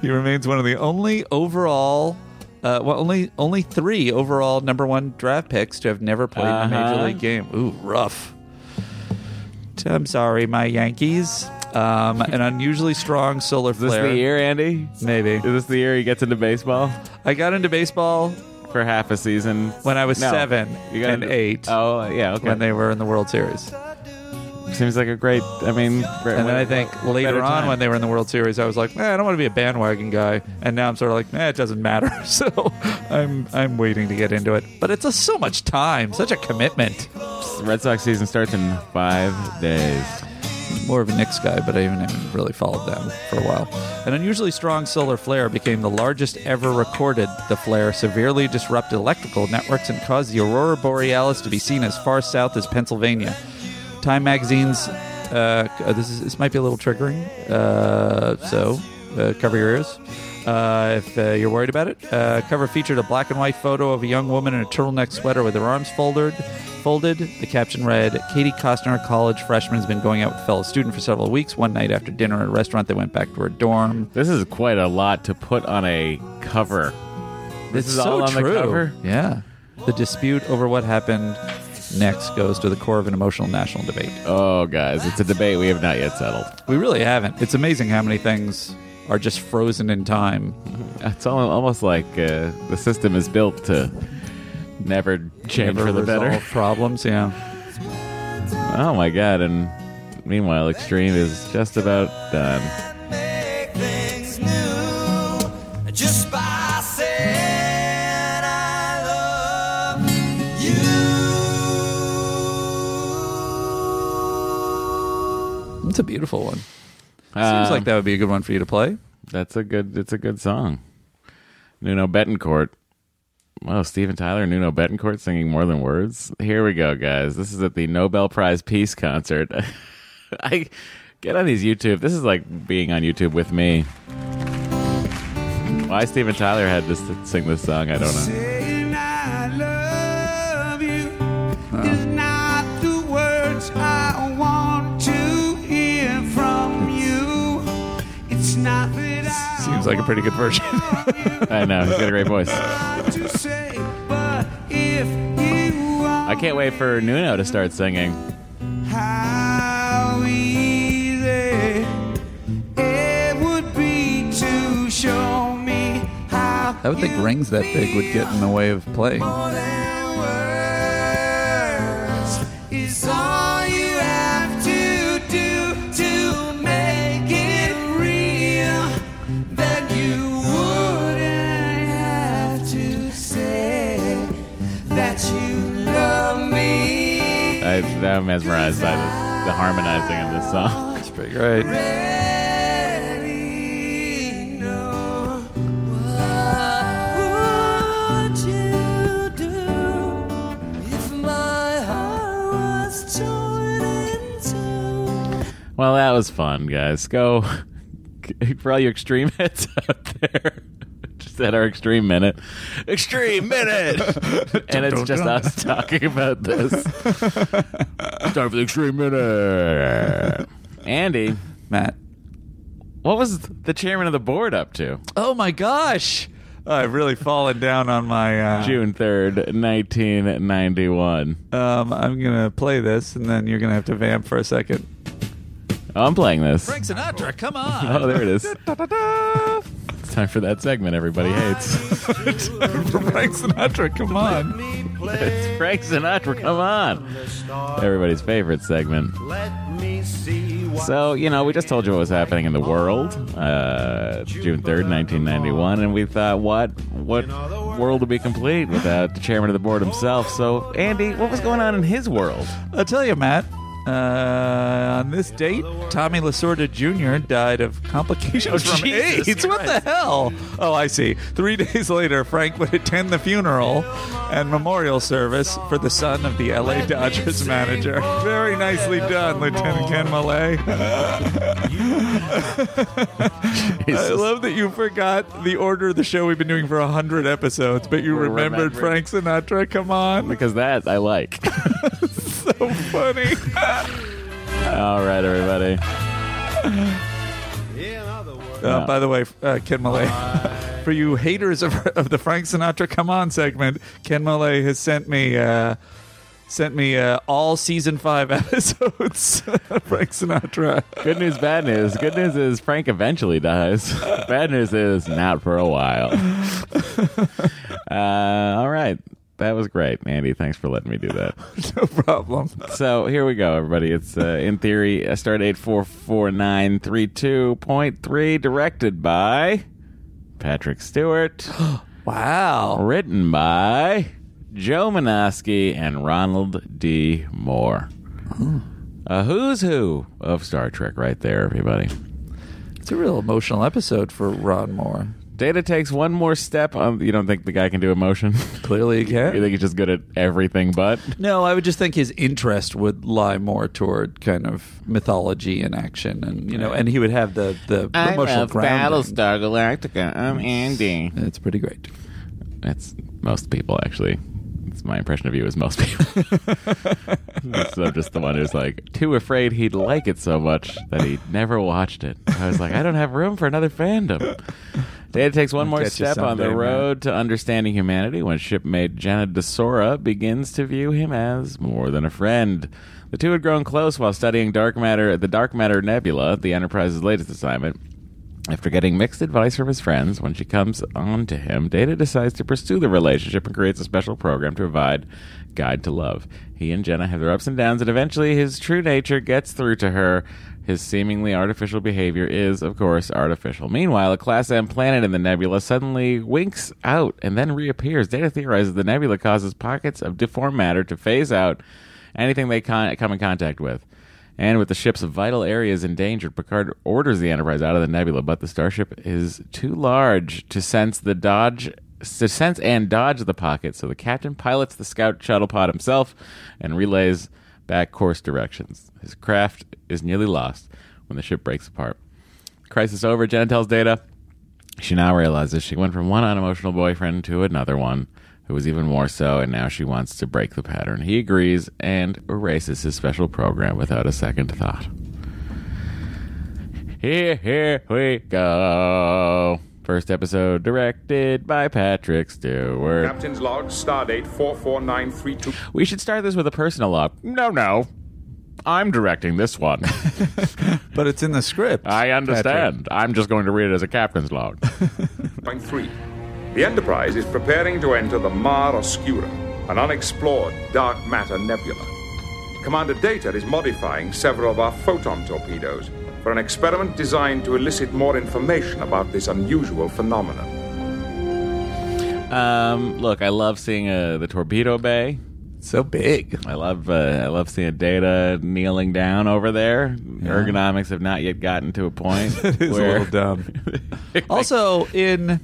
He remains one of the only overall, uh, well, only only three overall number one draft picks to have never played in a major
Uh-huh.
league game. Ooh, rough. I'm sorry, my Yankees. Um, an unusually strong solar
is this
flare.
the year, Andy?
Maybe.
Is this the year he gets into baseball?
I got into baseball
for half a season
When I was
No.
seven and eight.
Oh yeah, okay.
when they were in the World Series.
Seems like a great. I mean, great,
And then I think later on, when they were in the World Series, I was like, "Man, I don't want to be a bandwagon guy." And now I'm sort of like, "Man, it doesn't matter." *laughs* So I'm I'm waiting to get into it. But it's a, so much time, such a commitment.
Red Sox season starts in five days.
More of a Knicks guy, but I haven't even really followed them for a while. An unusually strong solar flare became the largest ever recorded. The flare severely disrupted electrical networks and caused the aurora borealis to be seen as far south as Pennsylvania. Time magazine's Uh, c- uh, this is this might be a little triggering, uh, so uh, cover your ears uh, if uh, you're worried about it. Uh, cover featured a black and white photo of a young woman in a turtleneck sweater with her arms folded. Folded. The caption read: Katie Costner, college freshman, has been going out with a fellow student for several weeks. One night after dinner at a restaurant, they went back to her dorm.
This is quite a lot to put on a cover. This
It's
is all
so
on the
true.
cover?
Yeah. The dispute over what happened next goes to the core of an emotional national debate.
Oh, guys, it's a debate we have not yet settled.
We really haven't. It's amazing how many things are just frozen in time.
It's al- almost like uh, the system is built to never change
Never
for the better.
resolve Problems, yeah.
Oh my god! And meanwhile, Extreme is just about done.
It's a beautiful one.
Uh,
Seems like that would be a good one for you to play.
That's a good. It's a good song. Nuno Betancourt. Wow, Steven Tyler, and Nuno Betancourt singing more than words. Here we go, guys. This is at the Nobel Prize Peace Concert. *laughs* I get on these YouTube. This is like being on YouTube with me. Why Steven Tyler had to s- sing this song, I don't know.
Saying I love you is not the words I want to hear from you. It's not that I
Seems like a pretty good version.
I know he's got a great voice.
want to say, but if you want,
I can't wait for Nuno to start singing.
how easy it would be to show me how
*laughs* I would think rings that big would get in the way of *laughs* playing.
more than words is all you have to do to make it real that you wouldn't have to say that you love me.
I, I'm mesmerized by the, the harmonizing of this song.
It's pretty great.
Barely know what would you do if my heart was torn in two?
Well, that was fun, guys. Go *laughs* for all you extreme heads out there. *laughs* Just at our extreme minute, extreme minute, *laughs* and it's just us talking about this. Time for the extreme minute. Andy,
Matt.
what was the chairman of the board up to?
Oh my gosh. I've really fallen down on my uh,
June third, nineteen ninety-one.
Um, I'm gonna play this, and then you're gonna have to vamp for a second.
Oh, I'm playing this.
Frank Sinatra, come on!
Oh, there it is. It's time for that segment everybody hates.
*laughs* Frank Sinatra, come on!
It's Frank Sinatra, come on. Everybody's favorite segment. So, you know, we just told you what was happening in the world, uh, June 3rd, 1991, and we thought, what what world would be complete without the chairman of the board himself? So, Andy, what was going on in his world?
I'll tell you, Matt. Uh, on this date, Tommy Lasorda Jr. died of complications
Oh,
from
Jesus
AIDS. What the hell? Oh, I see. Three *laughs* days later, Frank would attend the funeral and memorial service for the son of the LA Dodgers manager. Very nicely done, Lieutenant Ken Malay. *laughs* *laughs* I love that you forgot the order of the show we've been doing for 100 episodes, but you
We're
remembered
remembering.
Frank Sinatra. Come on.
Because that I like. *laughs*
So funny.
All right, everybody.
Uh, by the way, uh, Ken Malay, *laughs* for you haters of, *laughs* of the Frank Sinatra Come On segment, Ken Malay has sent me. Uh, Sent me uh, all season five *laughs* episodes of Frank Sinatra. *laughs*
Good news, bad news. Good news is Frank eventually dies. *laughs* bad news is not for
*laughs*
a while. Uh, all right. That was great, Andy. Thanks for letting me do that.
No problem.
So here we go, everybody. It's uh, in theory a star date four four nine three two point three, directed by Patrick *gasps* Stewart,
Wow.
written by Joe Manosky and Ronald D. Moore. A who's who of Star Trek, right there, everybody.
It's a real emotional episode for Ron Moore.
Data takes one more step. Um, you don't think the guy can do emotion? *laughs*
Clearly,
you
again.
think he's just good at everything but?
No, I would just think his interest would lie more toward kind of mythology and action, and you know, and he would have the the emotional grounding.
Galactica. I'm Andy.
It's pretty great.
That's most people, actually. That's my impression of you is
*laughs*
most people. so I'm just the one who's like too afraid he'd like it so much that he never watched it. I was like, I don't have room for another fandom. Data takes one more
get you
step on the
someday, man.
road to understanding humanity when shipmate Jenna Desora begins to view him as more than a friend. The two had grown close while studying dark matter at the Dark Matter Nebula, the Enterprise's latest assignment. After getting mixed advice from his friends, when she comes on to him, Data decides to pursue the relationship and creates a special program to provide guide to love. He and Jenna have their ups and downs, and eventually his true nature gets through to her. His seemingly artificial behavior is, of course, artificial. Meanwhile, a Class M planet in the nebula suddenly winks out and then reappears. Data theorizes the nebula causes pockets of deformed matter to phase out anything they con- come in contact with. And with the ship's vital areas endangered, Picard orders the Enterprise out of the nebula, but the starship is too large to sense the dodge to sense and dodge the pocket, so the captain pilots the scout shuttle pod himself and relays back course directions. His craft is nearly lost when the ship breaks apart. Crisis over, Jen tells Data. She now realizes she went from one unemotional boyfriend to another one who was even more so, and now she wants to break the pattern. He agrees and erases his special program without a second thought. Here, here we go. First episode directed by Patrick Stewart.
Captain's log, stardate 449322.
We should start this with a personal log. No, no. I'm directing this one.
But it's in the script.
I understand. I'm just going to read it as a captain's log.
Point three. The Enterprise is preparing to enter the Mar Oscura, an unexplored dark matter nebula. Commander Data is modifying several of our photon torpedoes for an experiment designed to elicit more information about this unusual phenomenon.
Um, look, I love seeing uh, the torpedo bay.
Patrick. So big.
I love uh, I love seeing Data kneeling down over there. Ergonomics have not yet gotten to
*laughs*
a point
It's a
where
little dumb.
*laughs*
also, in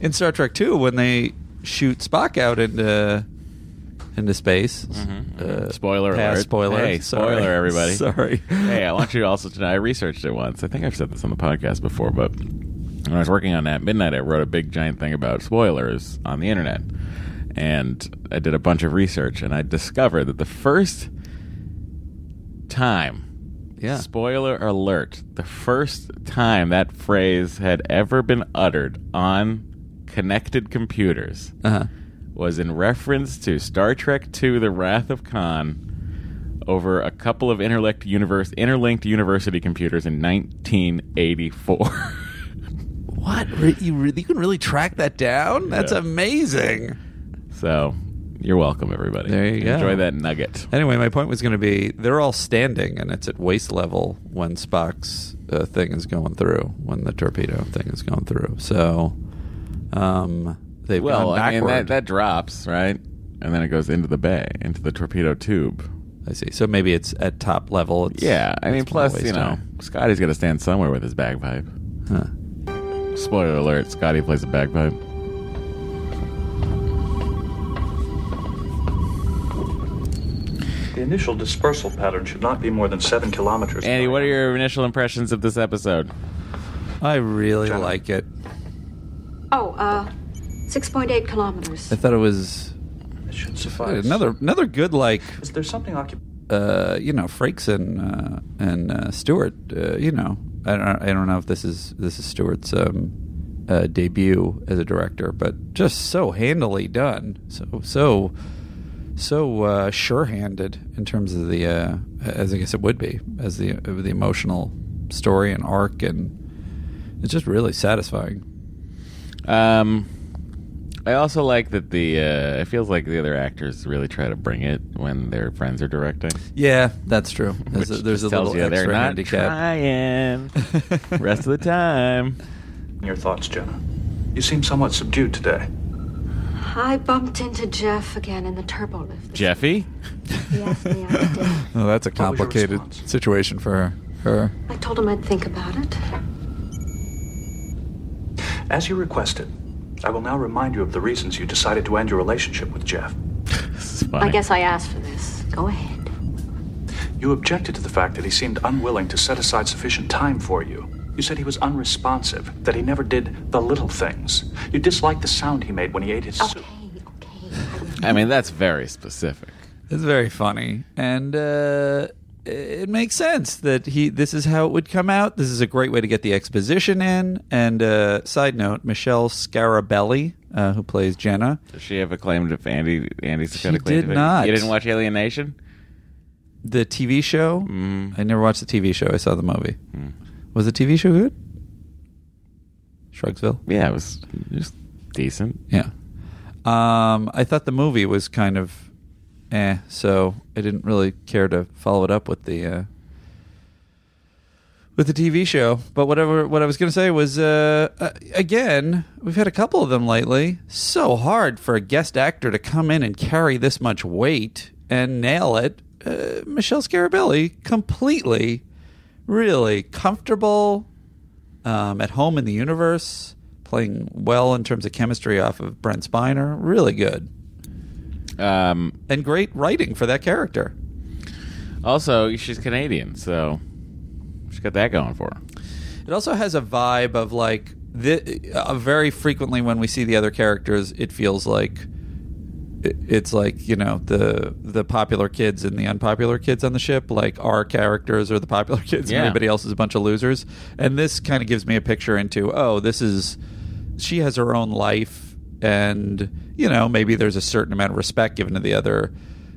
in Star Trek Two, when they shoot Spock out into into space, uh,
Mm-hmm, Spoiler
past
alert.
spoiler,
Hey,
sorry.
spoiler, everybody.
*laughs* Sorry.
hey, I want you also to know I researched it once. I think I've said this on the podcast before, but when I was working on that midnight, I wrote a big giant thing about spoilers on the internet, and I did a bunch of research, and I discovered that the first time.
Yeah.
Spoiler alert. The first time that phrase had ever been uttered on connected computers
Uh-huh.
was in reference to Star Trek II The Wrath of Khan over a couple of interlinked, universe, interlinked university computers in 1984.
What? Re- you re- you can really track that down? That's
Yeah.
amazing.
*laughs* so, you're welcome, everybody.
There you go.
Enjoy that nugget.
Anyway, my point was going to be they're all standing, and it's at waist level when Spock's uh, thing is going through, when the torpedo thing is going through. So, um, they've
Well,
gone
I mean,
backward.
that, that drops, right? And then it goes into the bay, into the torpedo tube.
I see. So maybe it's at top level. It's,
Yeah, I mean,
it's more
plus, you
waist
know,
high.
Scotty's got to stand somewhere with his bagpipe.
Huh.
Spoiler alert, Scotty plays a bagpipe.
The initial dispersal pattern should not be more than seven kilometers.
Andy, what are your initial impressions of this episode?
I really like it.
Oh, uh, 6.8 kilometers.
I thought it was
It should suffice.
another another good like
Is there something occupied?
uh, you know Frakes and uh, and uh, Stewart. Uh, you know, I don't I don't know if this is this is Stewart's um, uh, debut as a director, but just so handily done, so so so uh, sure-handed in terms of the uh, as I guess it would be as the of the emotional story and arc, and it's just really satisfying.
Um, I also like that the uh, it feels like the other actors really try to bring it when their friends are directing.
Yeah, that's *laughs* true. There's
which
a, there's a
just tells
little
you
extra
they're not
handicap. *laughs*
trying. Rest of the time,
in your thoughts, Jenna? You seem somewhat subdued today.
I bumped into Jeff again in the turbo lift.
Jeffy.
He asked me out today.
*laughs* Oh, that's a
What was your
complicated
response?
situation for her. her.
I told him I'd think about it.
As you requested, I will now remind you of the reasons you decided to end your relationship with Jeff.
This is
I
funny.
guess I asked for this. Go ahead.
You objected to the fact that he seemed unwilling to set aside sufficient time for you. You said he was unresponsive, that he never did the little things. You disliked the sound he made when he ate his soup.
Okay, okay.
I mean, that's very specific.
It's very funny, and uh, it makes sense that he. This is how it would come out. This is a great way to get the exposition in. And uh, side note: Michelle Scarabelli, uh, who plays Jenna,
Does she ever claimed if Andy Andy's
She
got a claim
did
to it?
not.
You didn't watch Alienation?
the TV show.
Mm.
I never watched the TV show. I saw the movie. Was the TV show good? Shrugsville.
Yeah, it was just decent.
Yeah. Um, I thought the movie was kind of eh, so I didn't really care to follow it up with the uh, with the TV show. But whatever, what I was going to say was, uh, uh, again, we've had a couple of them lately. So hard for a guest actor to come in and carry this much weight and nail it. Uh, Michelle Scarabelli completely, really comfortable um, at home in the universe, playing well in terms of chemistry off of Brent Spiner. Really good
Um,
and great writing for that character.
also, she's Canadian, so she's got that going for her.
It also has a vibe of like the, uh, very frequently when we see the other characters, it feels like it- it's like you know the the popular kids and the unpopular kids on the ship. Like our characters are the popular *laughs* kids,
Yeah.
and everybody else is a bunch of losers. And this kind of gives me a picture into oh, this is she has her own life, and you know maybe there's a certain amount of respect given to the other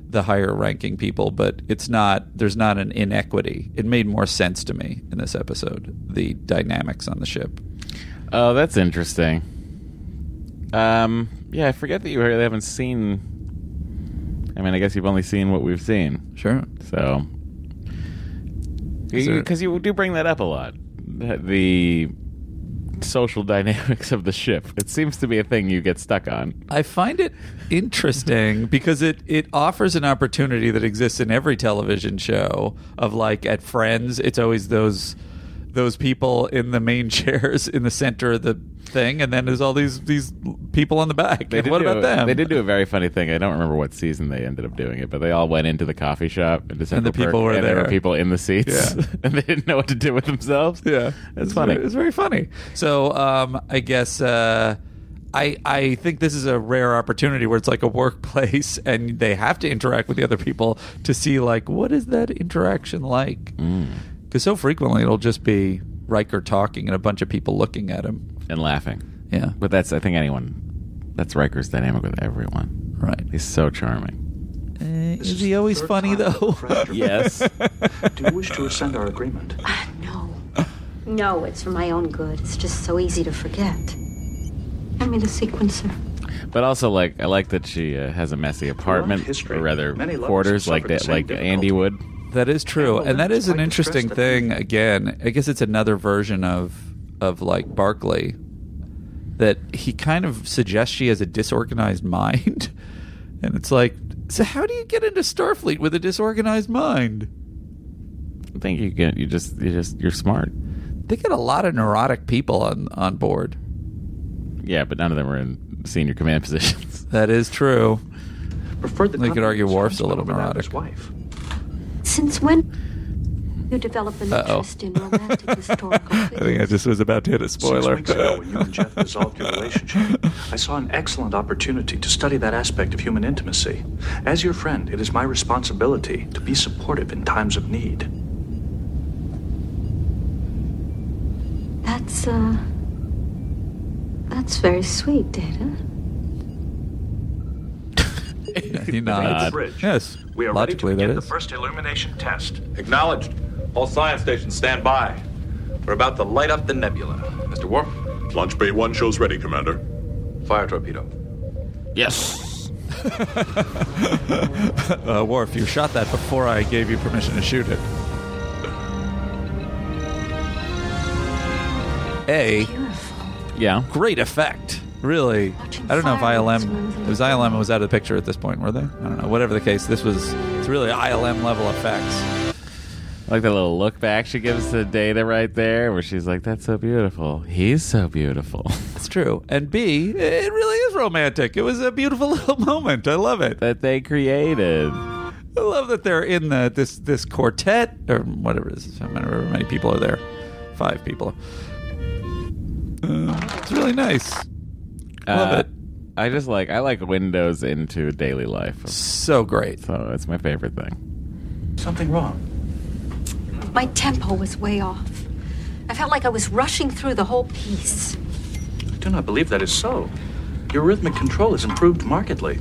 the higher ranking people, but it's not there's not an inequity. It made more sense to me in this episode the dynamics on the ship.
Oh, that's interesting. Um, yeah, I forget that you really haven't seen. I mean, I guess you've only seen what we've seen,
Sure,
so
Is there-
because you do bring that up a lot, that the social *laughs* dynamics of the ship. It seems to be a thing you get stuck on.
I find it
*laughs*
interesting because it, it offers an opportunity that exists in every television show of like at Friends, it's always those those people in the main *laughs* chairs in the center of the thing, and then there's all these these people on the back.
They
And
did
what
do
about
a-
them?
They did do a very funny thing. I don't remember what season they ended up doing it, but they all went into the coffee shop and, to Central
people
Perk,
were
and there
there.
were people in the seats,
Yeah.
*laughs* and they didn't know what to do with themselves.
Yeah,
that's
it's
funny.
Very, it's very funny. So um, I guess uh, I I think this is a rare opportunity where it's like a workplace *laughs* and they have to interact with the other people to see like what is that interaction like?
Mm.
Because so frequently it'll just be Riker talking and a bunch of people looking at him.
and laughing.
Yeah,
But that's I think anyone. That's Riker's dynamic with everyone.
right.
He's so charming.
Uh,
This
is
the
he always
third
funny
time I've
though?
refreshed your-
Yes.
Do you wish to rescind our agreement?
No. No, it's for my own good. It's just so easy to forget. Hand me the sequencer.
*laughs* but also, like I like that she uh, has a messy apartment,
history,
or rather
many lovers
quarters,
have
like
suffered the
that,
same
like
difficulty.
Andy would.
That is true,
well,
and that
that's
is an
quite
interesting
interesting.
thing. Again, I guess it's another version of of like Barclay, that he kind of suggests she has a disorganized *laughs* mind, and it's like, so how do you get into Starfleet with a disorganized mind?
I think you get you just you just you're smart.
They get a lot of neurotic people on on board.
Yeah, but none of them are in senior command *laughs* positions.
That is
*laughs*
true.
Preferred the
They could
company of
argue
his
Worf's a
husband
little
over that of His
neurotic.
wife.
Since when you develop an
Uh-oh.
interest in romantic
*laughs*
historical figures?
just was about to hit a
Six weeks ago,
*laughs*
when you and Jeff dissolved your relationship, I saw an excellent opportunity to study that aspect of human intimacy. As your friend, it is my responsibility to be supportive in times of need.
That's, uh. That's very sweet, Data.
he
Uh,
nods.
bridge.
Yes,
We are
logically
ready to
that
begin
is.
the first illumination test. Acknowledged. All science stations stand by. We're about to light up the nebula. Mr. Worf,
Launch Bay 1 shows ready, Commander.
fire torpedo.
yes.
Uh, Worf, you shot that before I gave you permission to shoot it. A
Beautiful.
Yeah.
great effect. Really, I don't know if ILM it was ILM was out of the picture at this point, were they? I don't know. Whatever the case, this was it's really ILM level effects.
I like that little look back she gives to Data right there, where she's like, "That's so beautiful. He's so beautiful." *laughs*
It's true. And B, it really is romantic. It was a beautiful *laughs* little moment. I love it.
That they created.
I love that they're in the this this quartet or whatever it is. However many people are there, five people. Uh, it's really nice. Love
Uh,
it.
I just like I like windows into daily life.
So great.
So it's my favorite thing.
Something wrong.
My tempo was way off. I felt like I was rushing through the whole piece.
I do not believe that is so. Your rhythmic control has improved markedly.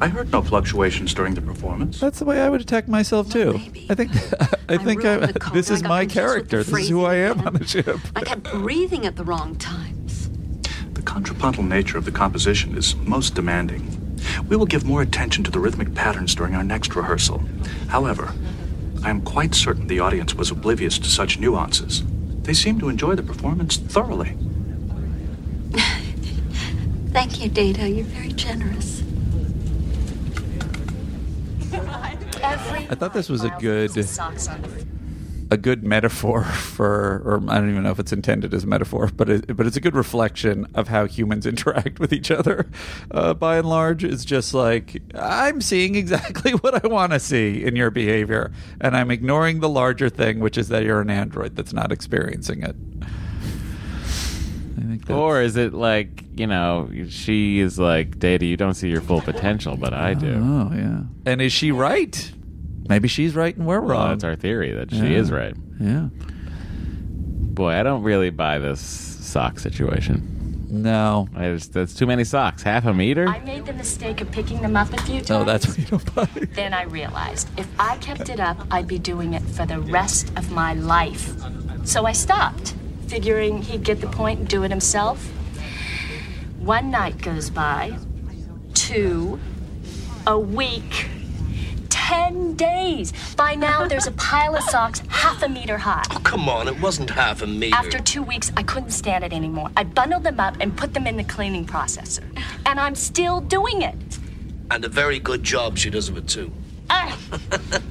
I heard no fluctuations during the performance.
That's the way I would attack myself too.
*laughs*
I think I think I,
ruined the
*laughs* this
code.
is
I got
my
confused with the
character. This is who I
*laughs*
am on the ship.
I kept breathing at the wrong time.
The contrapuntal nature of the composition is most demanding. We will give more attention to the rhythmic patterns during our next rehearsal. However, I am quite certain the audience was oblivious to such nuances. They seemed to enjoy the performance thoroughly.
Thank you, Data. You're very generous.
I thought this was a good
Socks on the
a good metaphor *laughs* for, or I don't even know if it's intended as a metaphor, but it, but it's a good reflection of how humans *laughs* interact with each other. Uh, by and large, it's just like I'm seeing exactly *laughs* what I want to see in your behavior, and I'm ignoring the larger thing, which is that you're an android that's not experiencing it. I think that's,
Or is it like you know she is like Data? You don't see your full potential, but I do.
oh yeah, and is she right? Maybe she's right and we're
Well,
wrong.
that's our theory that she
Yeah.
is right.
yeah.
Boy, I don't really buy this sock situation.
No.
I just, that's too many socks. Half a meter.
I made the mistake of picking them up a few times.
No, Oh, that's *laughs* what you don't buy.
Then I realized if I kept it up, I'd be doing it for the rest of my life. So I stopped, figuring he'd get the point and do it himself. One night goes by, two, a week, ten days. By now, there's a pile of socks half a meter high.
Oh, Come on, it wasn't half a meter.
After two weeks, I couldn't stand it anymore. I bundled them up and put them in the cleaning processor. And I'm still doing it.
And a very good job she does of it too.
Ah!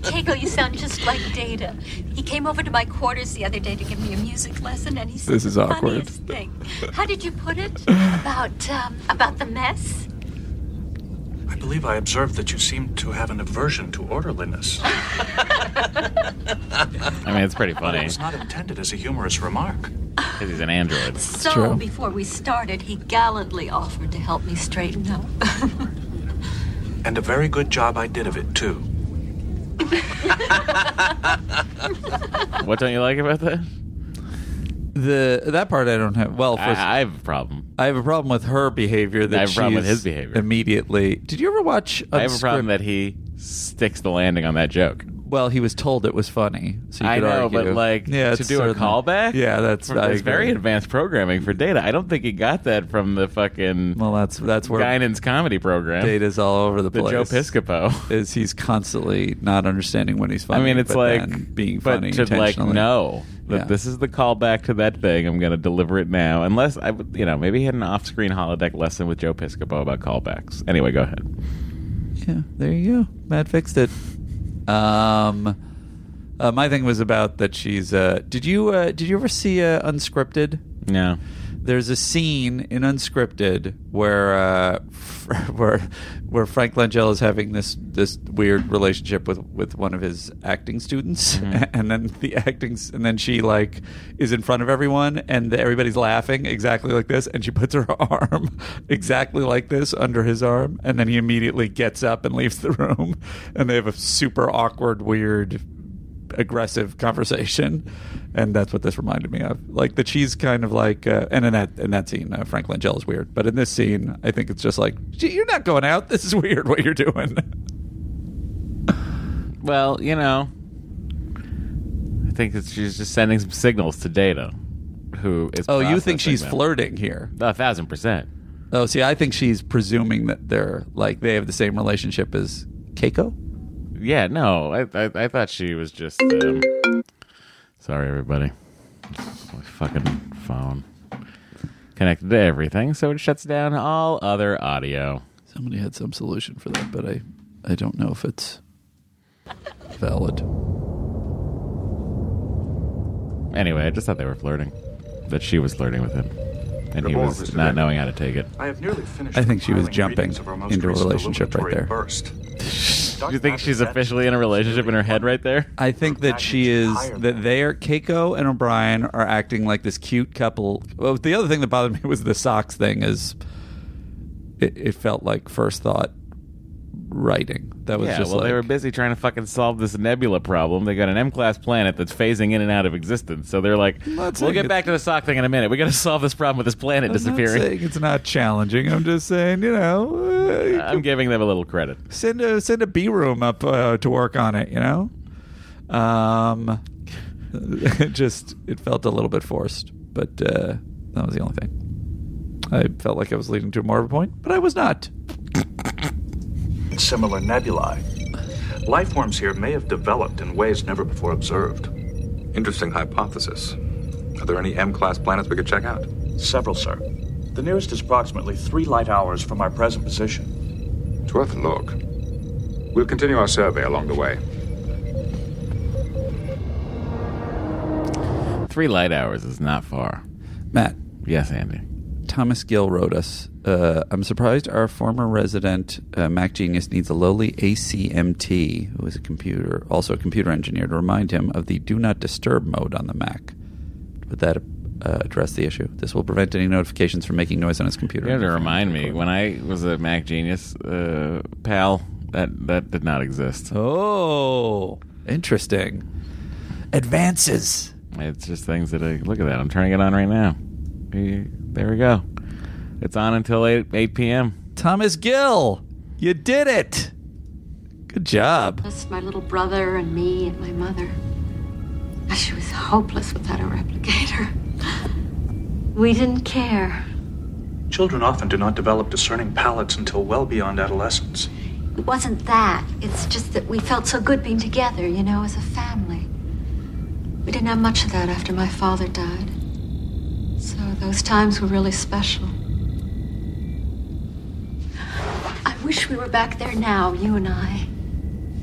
Keiko, you sound just like Data. He came over to my quarters the other day to give me a music lesson, and he said
This is
the
awkward.
funniest thing. How did you put it? About um, about the mess?
I believe I observed that you seemed to have an aversion to orderliness.
I mean, it's pretty funny.
It was not intended as a humorous remark.
'Cause he's an android.
So before we started, he gallantly offered to help me straighten up.
And a very good job I did of it, too.
What don't you like about that?
The that part I don't have. Well, first,
I, I have a problem.
I have a problem with her behavior. That
I have a problem with
she's
his behavior.
Immediately, did you ever watch?
I have a problem
Unscript-
that he sticks the landing on that joke.
Well, he was told it was funny. So you
I
could
know,
argue.
but like
yeah,
to
it's
do a
certainly-
callback.
Yeah, that's
from-
I
that's very
agree.
advanced programming for data. I don't think he got that from the fucking
Well, that's that's where
Guinan's comedy program.
data's all over the
The
place.
Joe Piscopo.
is he's constantly not understanding when he's
*laughs* I
funny.
mean, it's
but then
like
being
but
funny
to like
intentionally.
know that
Yeah.
this is the callback to that thing. I'm going to deliver it now, unless I, would- you know, maybe he had an off-screen holodeck lesson with Joe Piscopo about callbacks. Anyway, go ahead.
Yeah, there you go. Matt fixed it. Um, uh, my thing was about that she's. Uh, did you uh, did you ever see uh, Unscripted?
No.
There's a scene in Unscripted where uh, *laughs* where where Frank Langella is having this this weird relationship with, with one of his acting students, *laughs* and then the acting s- and then she like is in front of everyone, and everybody's laughing exactly like this, and she puts her *laughs* arm exactly like this under his arm, and then he immediately gets up and leaves the room, *laughs* and they have a super awkward, weird aggressive conversation, and that's what this reminded me of. Like that she's kind of like, uh, and in that in that scene, uh, Frank Langella is weird, but in this scene, I think it's just like "Gee, you're not going out. This is *laughs* weird what you're doing.
Well, you know, I think that she's just sending some signals to Data, who is.
Oh, you think
processing
she's
them.
flirting here?
A thousand percent.
Oh, see, I think she's presuming that they're like they have the same relationship as Keiko.
Yeah, no, I, I, I thought she was just. Um, sorry, everybody. My fucking phone connected to everything, so it shuts down all other audio.
Somebody had some solution for that, but I I don't know if it's valid.
Anyway, I just thought they were flirting. That she was flirting with him. And he
Good morning,
was
Mr.
not
Baker.
knowing how to take it.
I have nearly finished.
I think she was
compiling
jumping
readings of our most
into a
recent
relationship right
illuminatory
there.
Burst.
Do you think she's officially in a relationship in her head right there?
I think that she is that they are Keiko and O'Brien are acting like this cute couple. Well, the other thing that bothered me was the socks thing. Is it, it felt like first thought writing that was
yeah,
just
well,
like
they were busy trying to fucking solve this nebula problem. They got an M-class planet that's phasing in and out of existence. So they're like,
not
we'll
saying
get
it's-
back to the sock thing in a minute. We got to *laughs* solve this problem with this planet
I'm not saying
disappearing.
it's not challenging. I'm just saying you know uh,
*laughs* I'm giving them a little credit.
send a send a B room up uh, to work on it. You know, um, *laughs* it just it felt a little bit forced, but uh, that was the only thing. I felt like I was leading to more of a point, but I was not.
similar nebulae. Life forms here may have developed in ways never before observed.
Interesting hypothesis. Are there any M class planets we could check out?
Several, sir. The nearest is approximately three light hours from our present position.
It's worth a look. We'll continue our survey along the way.
Three light hours is not far.
Matt.
Yes, Andy.
Thomas Gill wrote us. Uh, I'm surprised our former resident uh, Mac Genius needs a lowly ACMT, who is a computer, also a computer engineer, to remind him of the Do Not Disturb mode on the Mac. Would that uh, address the issue? This will prevent any notifications from making noise on his computer.
You have to remind me when I was a Mac Genius uh, pal, that that did not exist.
Oh, interesting. Advances.
It's just things that I look at that. I'm turning it on right now. Eh, There we go. It's on until eight eight p.m.
Thomas Gill, you did it. Good job.
Just my little brother and me and my mother. She was hopeless without a replicator. We didn't care.
Children often do not develop discerning palates until well beyond adolescence.
It wasn't that. It's just that we felt so good being together, you know, as a family. We didn't have much of that after my father died. So those times were really special. I wish we were back there now, you and I.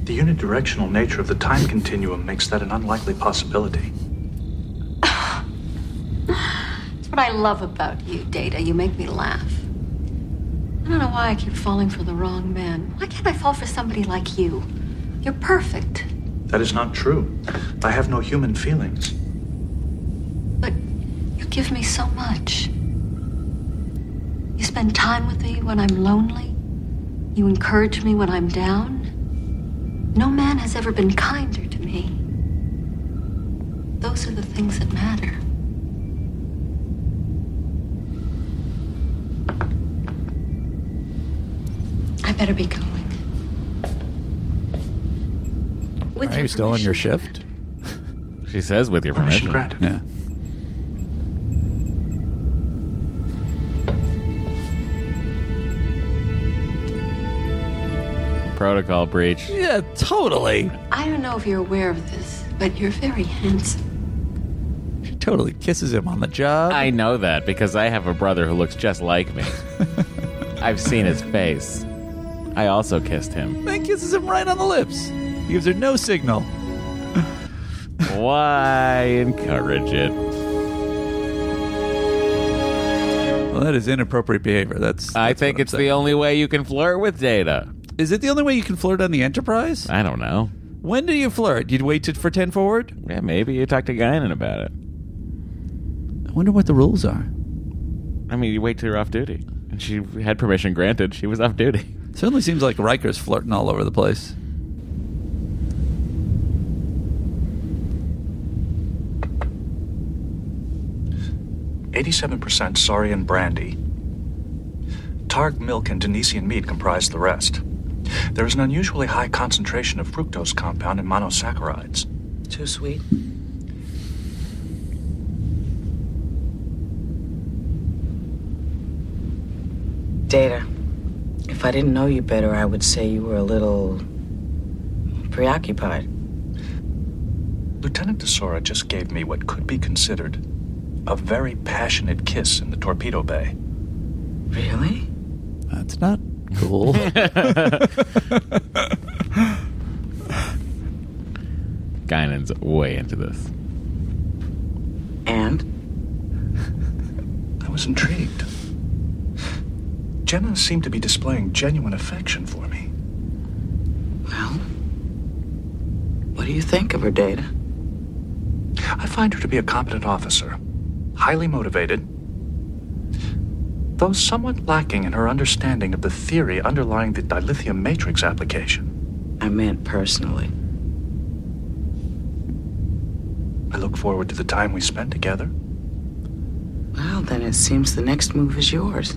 The unidirectional nature of the time continuum makes that an unlikely possibility.
That's what I love about you, Data. You make me laugh. I don't know why I keep falling for the wrong man. Why can't I fall for somebody like you? You're perfect.
That is not true. I have no human feelings.
You give me so much. You spend time with me when I'm lonely. You encourage me when I'm down. No man has ever been kinder to me. Those are the things that matter. I better be going. With
Are you
your
still on your shift?
She says, "With your permission."
Yeah.
Protocol breach.
Yeah, totally.
I don't know if you're aware of this, but you're very handsome.
She totally kisses him on the job. *laughs*
I know that because I have a brother who looks just like me. I've seen his face. I also kissed him.
Man kisses him right on the lips. He gives her no signal.
Why encourage it?
Well, that is inappropriate behavior. That's.
I think it's the only way you can flirt with data.
Is it the only way you can flirt on the Enterprise?
I don't know.
When do you flirt? You'd wait to, for ten forward.
Yeah, maybe you talk to Guinan about it.
I wonder what the rules are.
I mean, you wait till you're off duty. And she had permission granted. She was off duty. *laughs*
Certainly seems like Riker's flirting all over the place.
Eighty-seven percent sorry and brandy. Targ milk and Denisian meat comprise the rest. There is an unusually high concentration of fructose compound in monosaccharides.
Too sweet.
Data, if I didn't know you better, I would say you were a little preoccupied.
Lieutenant Desora just gave me what could be considered a very passionate kiss in the torpedo bay.
Really?
That's not
*laughs*
cool. *laughs*
Guinan's way into this.
was intrigued. Jenna seemed to be displaying genuine affection for me.
Well, what do you think of her, Data?
I find her to be a competent officer, highly motivated, though somewhat lacking in her understanding of the theory underlying the dilithium matrix application.
I meant personally.
I look forward to the time we spend together.
Well, then it seems the next move is yours.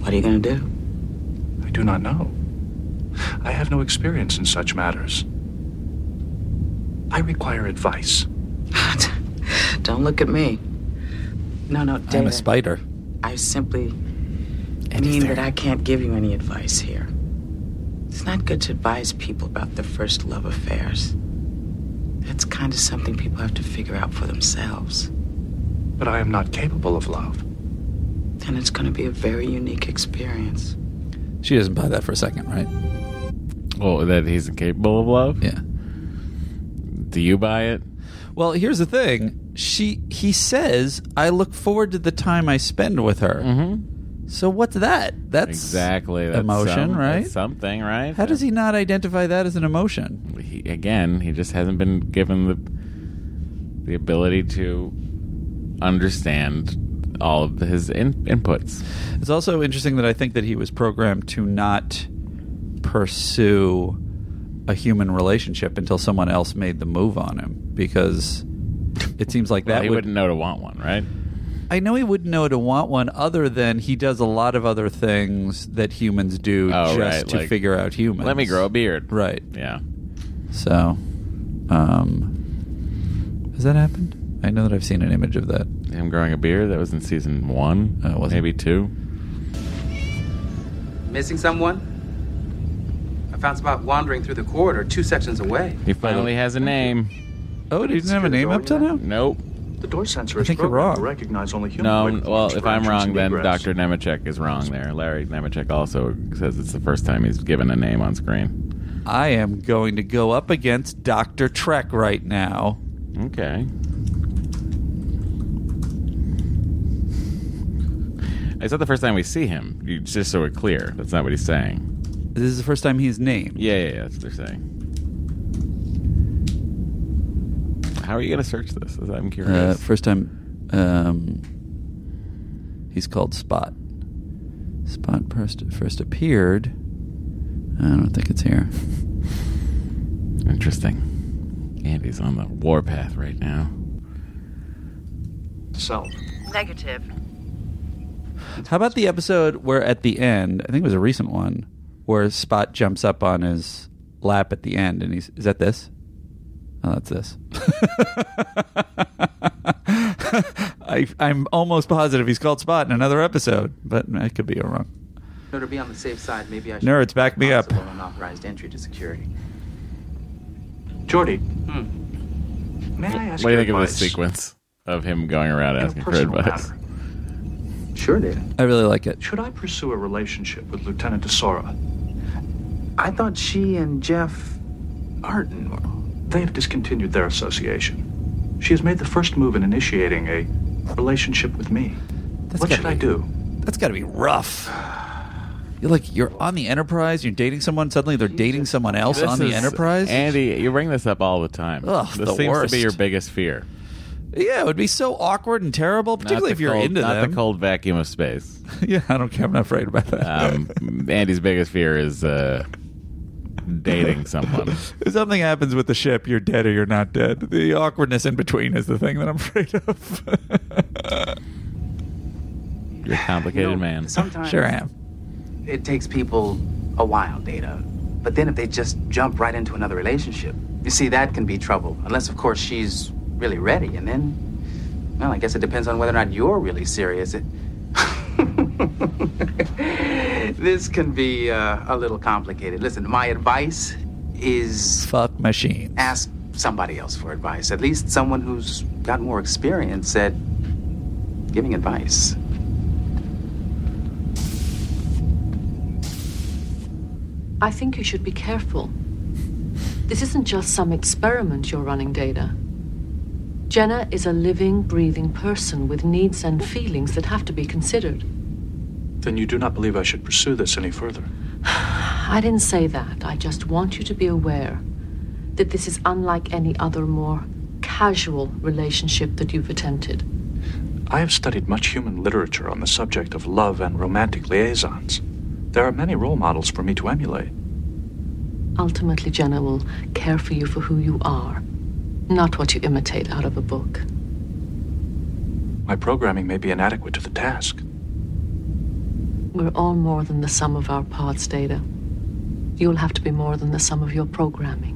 What are you going to do? *laughs*
I do not know. I have no experience in such matters. I require advice.
Don't look at me. No, no, Data.
I'm a spider.
I simply mean that I can't give you any advice here. It's not good to advise people about their first love affairs. That's kind of something people have to figure out for themselves.
But I am not capable of love.
Then it's going to be a very unique experience.
She doesn't buy that for a second, right?
Oh, that he's incapable of love?
Yeah.
Do you buy it?
Well, here's the thing. She he says, "I look forward to the time I spend with her." Mm-hmm. So what's that? That's
Exactly. That's
emotion,
some-
right?
that's something, right?
How does he not identify that as an emotion?
he again he just hasn't been given the the ability to understand all of his in, inputs
It's also interesting that I think that he was programmed to not pursue a human relationship until someone else made the move on him because it seems like
Well,
that
he
would,
wouldn't know to want one right
I know he wouldn't know to want one other than he does a lot of other things that humans do
Oh,
just
right,
to
like,
figure out humans.
let me grow a beard
Right.
yeah
So, um, has that happened? I know that I've seen an image of that.
him growing a beard that was in season one
Oh, was it?
maybe two
Missing someone? I found Spot wandering through the corridor two sections away.
he finally has a name
Oh, he didn't have a name up till now?
nope
The door sensor
I
is
think you're
programmed to
wrong.
recognize only human.
no
witnesses
well
for
if i'm
entrance
wrong
and
then
egress.
dr nemechek is wrong there larry nemechek also says it's the first time he's given a name on screen
I am going to go up against Dr. Trek right now.
Okay. Is that the first time we see him? You, just so we're clear, that's not what he's saying.
This is the first time he's named.
Yeah, yeah, yeah that's what they're saying. How are you going to search this? I'm
Uh,
curious.
first time um, he's called Spot. Spot first, first appeared. I don't think it's here.
Interesting. Andy's on the warpath right now.
Self.
Negative.
How about the episode where at the end, I think it was a recent one, where Spot jumps up on his lap at the end and he's, is that this? Oh, that's this. *laughs* I, I'm almost positive he's called Spot in another episode, but I could be wrong.
In order to be on the safe side, maybe I should.
Nerds, back me up.
possible Unauthorized entry to security.
Jordy,
Hmm.
May I
What
ask
do you think of this
advice?
sequence of him going around asking for
personal
advice?
*laughs*
Sure, Data.
I really like it.
Should I pursue a relationship with Lieutenant Desora?
I thought she and Jeff.
Arden, they have discontinued their association. She has made the first move in initiating a relationship with me. what should I do?
That's got to be rough. You're like you're on the Enterprise. You're dating someone. Suddenly they're dating someone else
This
on the
is-
Enterprise.
Andy, you bring this up all the time.
Ugh,
this
the
seems to
worst.
be your biggest fear.
yeah, it would be so awkward and terrible,
Not
particularly
the
if you're
cold-
into
not
them.
the cold vacuum of space.
*laughs* yeah, I don't care. I'm not afraid about that.
Um, Andy's biggest fear is uh, dating
*laughs*
someone.
if something happens with the ship, you're dead or you're not dead. The awkwardness in between is the thing that I'm afraid of. *laughs*
You're a complicated
You know,
man.
sometimes- Sure am. It takes people a while, Data. But then if they just jump right into another relationship, you see, that can be trouble. Unless, of course, she's really ready. And then, well, I guess it depends on whether or not you're really serious. *laughs* It, this can be uh, a little complicated. Listen, my advice is
fuck machines.
Ask somebody else for advice. At least someone who's got more experience at giving advice.
I think you should be careful. This isn't just some experiment you're running, Data. Jenna is a living, breathing person with needs and feelings that have to be considered.
Then you do not believe I should pursue this any further.
I didn't say that. I just want you to be aware that this is unlike any other more casual relationship that you've attempted.
I have studied much human literature on the subject of love and romantic liaisons. There are many role models for me to emulate.
Ultimately, Jenna will care for you for who you are, not what you imitate out of a book.
My programming may be inadequate to the task.
We're all more than the sum of our parts, Data. You'll have to be more than the sum of your programming.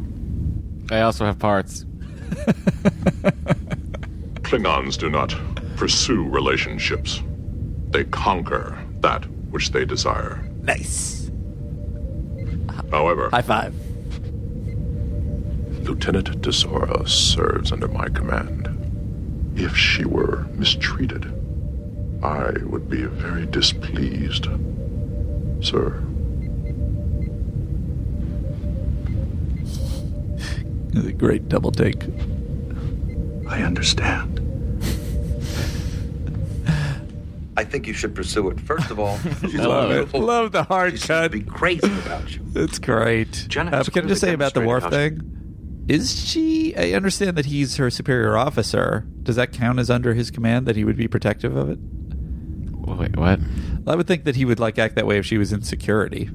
I also have parts.
Klingons do not pursue relationships, they conquer that which they desire.
Nice.
However,
High five.
Lieutenant Desora serves under my command. If she were mistreated, I would be very displeased, sir.
It's a great double take.
I understand.
I think you should pursue it. First of
*laughs*
all, she's
I love
a
it.
beautiful.
Love the hard cut.
Be crazy about you.
That's great.
Jenna
Uh,
has
can I just
clearly
say about the Worf
demonstrated
thing? Is she? I understand that he's her superior officer. Does that count as under his command that he would be protective of it?
Wait, what?
I would think that he would like act that way if she was in security.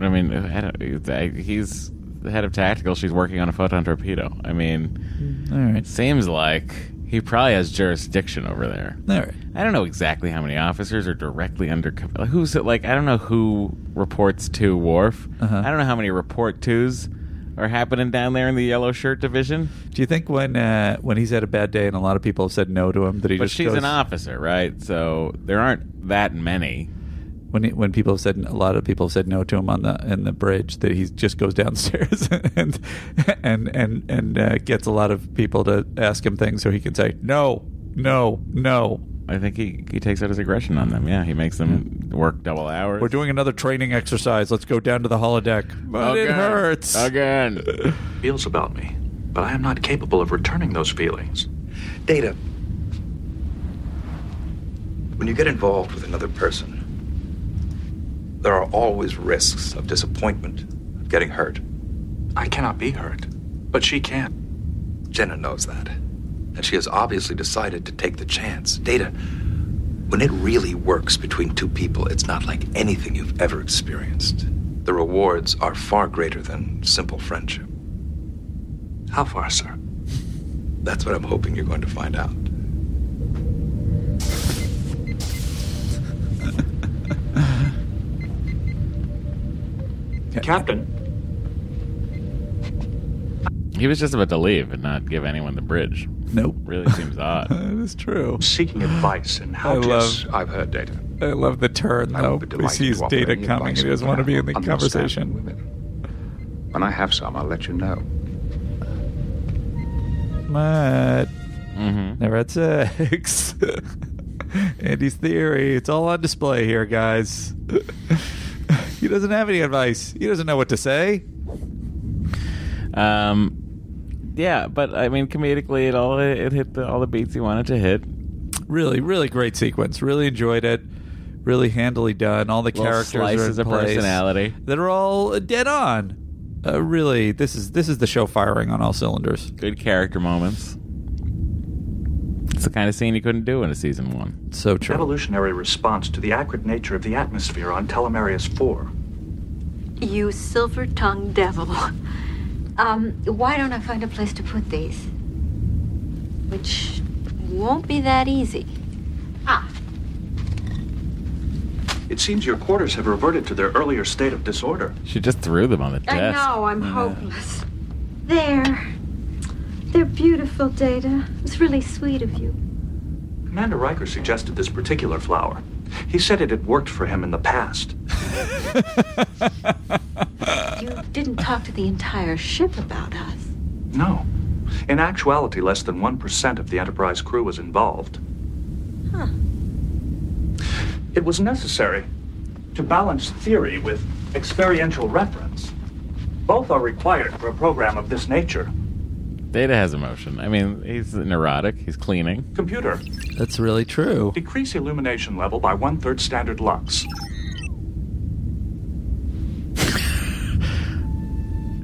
I mean, I don't, I, he's the head of tactical. She's working on a photon torpedo. I mean,
All right.
it seems like he probably has jurisdiction over there.
All right.
I don't know exactly how many officers are directly under. com- Who's it? Like, I don't know who reports to Wharf. I don't know how many report twos are happening down there in the yellow shirt division.
Do you think when uh, when he's had a bad day and a lot of people have said no to him that he
But
just
she's
goes,
an officer, right? So there aren't that many.
when he, when people have said a lot of people have said no to him on the in the bridge that he just goes downstairs *laughs* and and and and uh, gets a lot of people to ask him things so he can say no no no
I think he, he takes out his aggression on them. Yeah, he makes them work double hours.
we're doing another training exercise let's go down to the holodeck but it
Again.
hurts
again
feels about me, but I am not capable of returning those feelings.
Data. When you get involved with another person, there are always risks of disappointment, of getting hurt.
I cannot be hurt, but she can.
Jenna knows that. And she has obviously decided to take the chance. Data, when it really works between two people, it's not like anything you've ever experienced. The rewards are far greater than simple friendship.
How far, sir?
That's what I'm hoping you're going to find out.
Captain,
He was just about to leave and not give anyone the bridge.
Nope. *laughs*
Really seems odd.
that is true
seeking advice in how
I
to.
love-
I've heard data.
I love the turn though he sees data coming and he doesn't want to be in the conversation
When I have some, I'll let you know.
Mutt.
Mm-hmm.
Never had sex. *laughs* Andy's theory. It's all on display here, guys. *laughs* he doesn't have any advice. He doesn't know what to say.
Um, yeah, but I mean, comedically, it all it hit the, all the beats he wanted to hit.
Really, really great sequence. Really enjoyed it. Really handily done. All the
Little
characters
slices
are
of
in place
personality.
that are all dead on. Uh, really, this is this is the show firing on all cylinders.
Good character moments. It's the kind of scene you couldn't do in a season one.
So
Evolutionary response to the acrid nature of the atmosphere on Telemarius 4.
You silver tongued devil. Um, why don't I find a place to put these? Which won't be that easy. Ah,
It seems your quarters have reverted to their earlier state of disorder.
She just threw them on the
I
desk.
know, I'm hopeless. There. They're beautiful, Data. It's really sweet of you.
Commander Riker suggested this particular flower. He said it had worked for him in the past.
You didn't talk to the entire ship about us.
No. In actuality, less than 1% of the Enterprise crew was involved.
Huh.
It was necessary to balance theory with experiential reference. Both are required for a program of this nature.
Data has emotion. I mean, he's neurotic. He's cleaning.
Computer,
That's really true.
decrease illumination level by one third standard lux.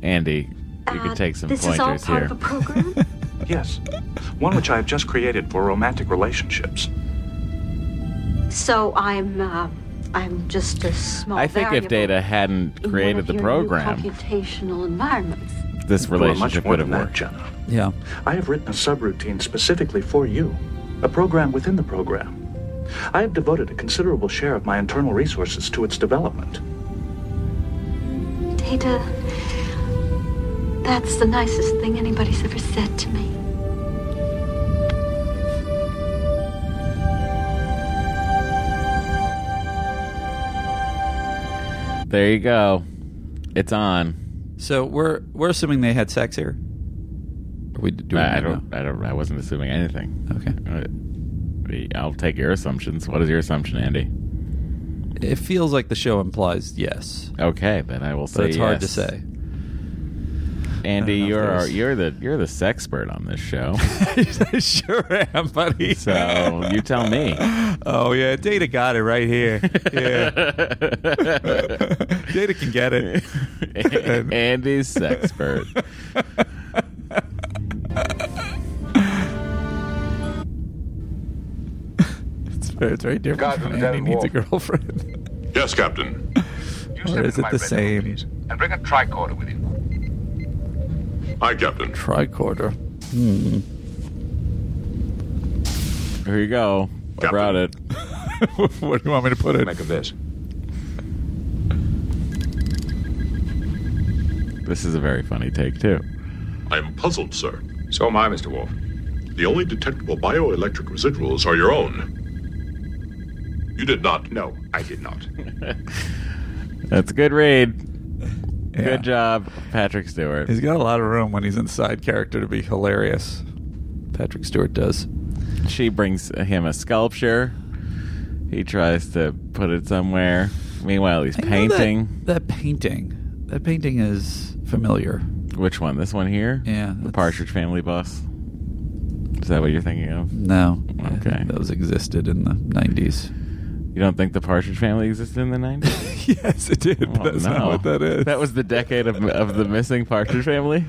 Andy, you
Uh,
can take some pointers here.
program?
*laughs*
yes. One which I have just created for romantic relationships.
So I'm, uh, I'm just a small.
I think
variable
if Data hadn't
in one
created
of
the
your new
program,
computational environments.
this
You are much
relationship
more
would have
than that,
worked.
Jenna.
Yeah.
I have written a subroutine specifically for you, a program within the program. I have devoted a considerable share of my internal resources to its development.
Data, that's the nicest thing anybody's ever said to me.
There you go. It's on.
So we're we're assuming they had sex here. Are we doing
I, I
that
don't. I don't. I wasn't assuming anything. Okay. I'll take your assumptions. What is your assumption, Andy?
It feels like the show implies yes.
Okay, then I will say.
But it's hard to
yes. *laughs*
say.
Andy,
I don't know if
you're our,
there's-
you're the you're the sexpert on this
*laughs*
show.
I sure am, buddy.
So you tell me.
Oh yeah, Data got it right here.
*laughs*
Yeah. Data can get it.
Andy's sexpert.
*laughs* It's very, it's very different.
God,
from
who's that
Andy needs a
involved?
girlfriend.
Yes, Captain. You
Or is it the same
and bring a tricorder with you. Aye, Captain.
tricorder? *laughs*
Here you go. I brought it.
what do you want me to put it?
Make of this.
This is a very funny take too.
I am puzzled, sir. So am I, Mr. Wolf. The only detectable bioelectric residuals are your own. You did not. No, I did not.
That's a good read.
Yeah.
Good job, Patrick Stewart.
He's got a lot of room when he's inside character to be hilarious. Patrick Stewart does.
She brings him a sculpture. He tries to put it somewhere. Meanwhile, he's
I know that-
painting.
That, painting. That painting is familiar.
Which one? This one here?
Yeah,
The Partridge Family Bus. Is that what you're thinking of?
No.
Okay.
Those existed in the 90s.
You don't think the Partridge Family existed in the 90s?
*laughs* yes, it did. but that's not what that is.
Oh, That was the decade of, of the missing
*laughs*
Partridge Family?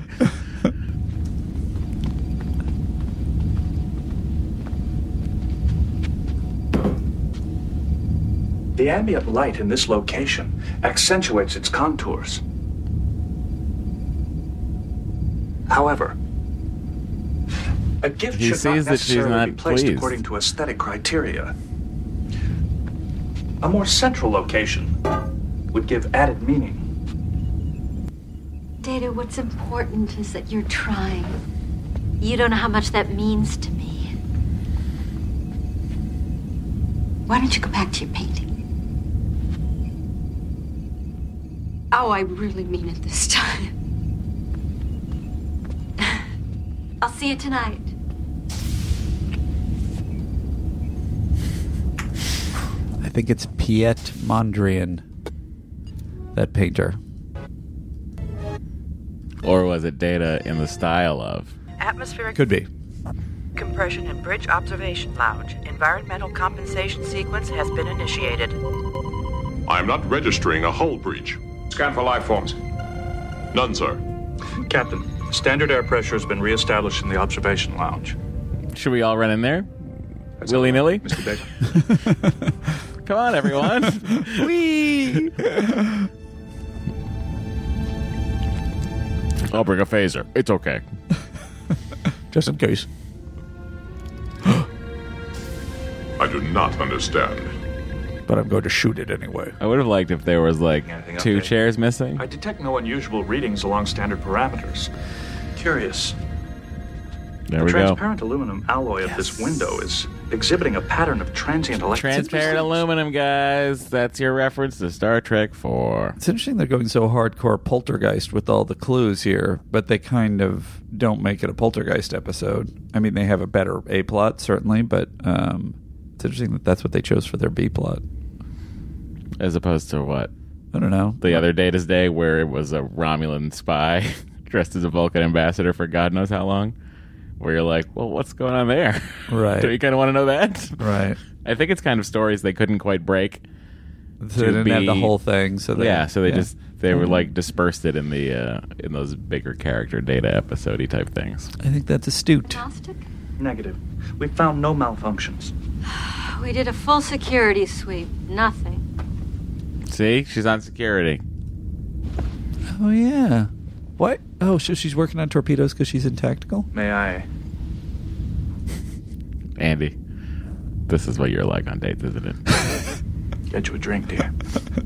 The ambient light in this location accentuates its contours. However, a gift
He
should
sees
not
that she's
necessarily
not
be placed
pleased.
according to aesthetic criteria. A more central location would give added meaning.
Data, what's important is that you're trying. You don't know how much that means to me. Why don't you go back to your painting? Oh, I really mean it this *laughs* time. I'll see you tonight.
I think it's Piet Mondrian, that painter.
Or was it data in the style of?
Atmospheric
Could be.
compression in bridge observation lounge. Environmental compensation sequence has been initiated.
I am not registering a hull breach.
Scan for life forms.
None, sir.
Captain, standard air pressure has been reestablished in the observation lounge.
Should we all run in there? Willy nilly?
Mr. Data.
Come on, everyone.
*laughs*
Whee! I'll bring a phaser. It's okay.
Just in case.
*laughs* I do not understand.
But I'm going to shoot it anyway.
I would have liked if there was like
Anything
two
updated?
chairs missing.
I detect no unusual readings along standard parameters. Curious.
There we
the
go.
transparent aluminum alloy of this window is exhibiting a pattern of transient electricity.
Transparent aluminum, guys. That's your reference to Star Trek 4.
It's interesting they're going so hardcore poltergeist with all the clues here, but they kind of don't make it a poltergeist episode. I mean, they have a better A plot, certainly, but um, it's interesting that that's what they chose for their B plot.
As opposed to what?
I don't know.
The other Data's Day where it was a Romulan spy *laughs* dressed as a Vulcan ambassador for God knows how long, where you're like, well, what's going on there? *laughs*
Right.
Do you kind of want to know that?
Right.
I think it's kind of stories they couldn't quite break.
So they didn't have the whole thing, so they-
yeah, so they
yeah. Mm-hmm.
just they were like dispersed it in the uh, in those bigger character data episode type things.
I think that's astute.
Negative. We found no malfunctions.
Oh, We did a full security sweep. Nothing.
See, she's on security.
Oh yeah. What? Oh, so she's working on torpedoes because she's in
*laughs*
tactical.
May I?
Andy, this is what you're like on dates, isn't it?
Get you a drink, dear.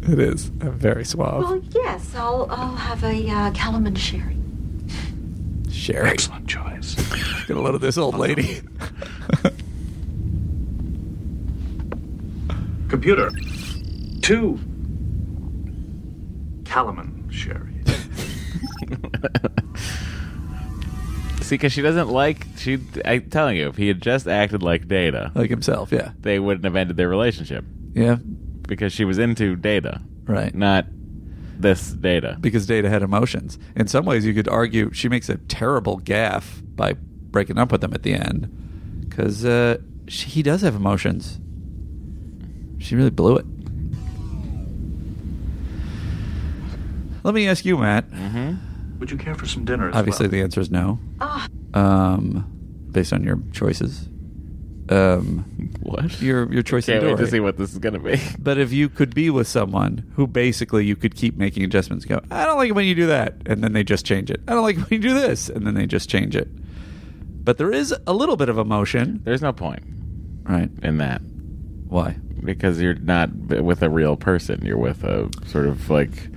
it is. I'm very suave.
Well, yes, I'll, I'll have a uh, Calamon sherry.
Sherry.
Excellent choice.
Get a load of this old
*laughs*
lady. *laughs*
Computer. Two. Calamon sherry.
*laughs* See, because she doesn't like she. I'm telling you, if he had just acted like Data,
Like himself, yeah.
they wouldn't have ended their relationship.
Yeah.
because she was into Data,
Right.
Not this Data.
Because Data had emotions. In some ways, you could argue she makes a terrible gaffe by breaking up with him at the end, because uh, she- he does have emotions. She really blew it. Let me ask you, Matt.
Would you care for some dinner? As
Obviously,
well?
the answer is no.
Ah.
Um, based on your choices. Um,
what
your your choice?
*laughs* Can't
in
wait to
Dory.
see what this is going to be.
But if you could be with someone who basically you could keep making adjustments, go, I don't like it when you do that, and then they just change it. I don't like it when you do this, and then they just change it. But there is a little bit of emotion.
*laughs* There's no point,
right,
in that.
Why?
Because you're not b- with a real person. You're with a sort of like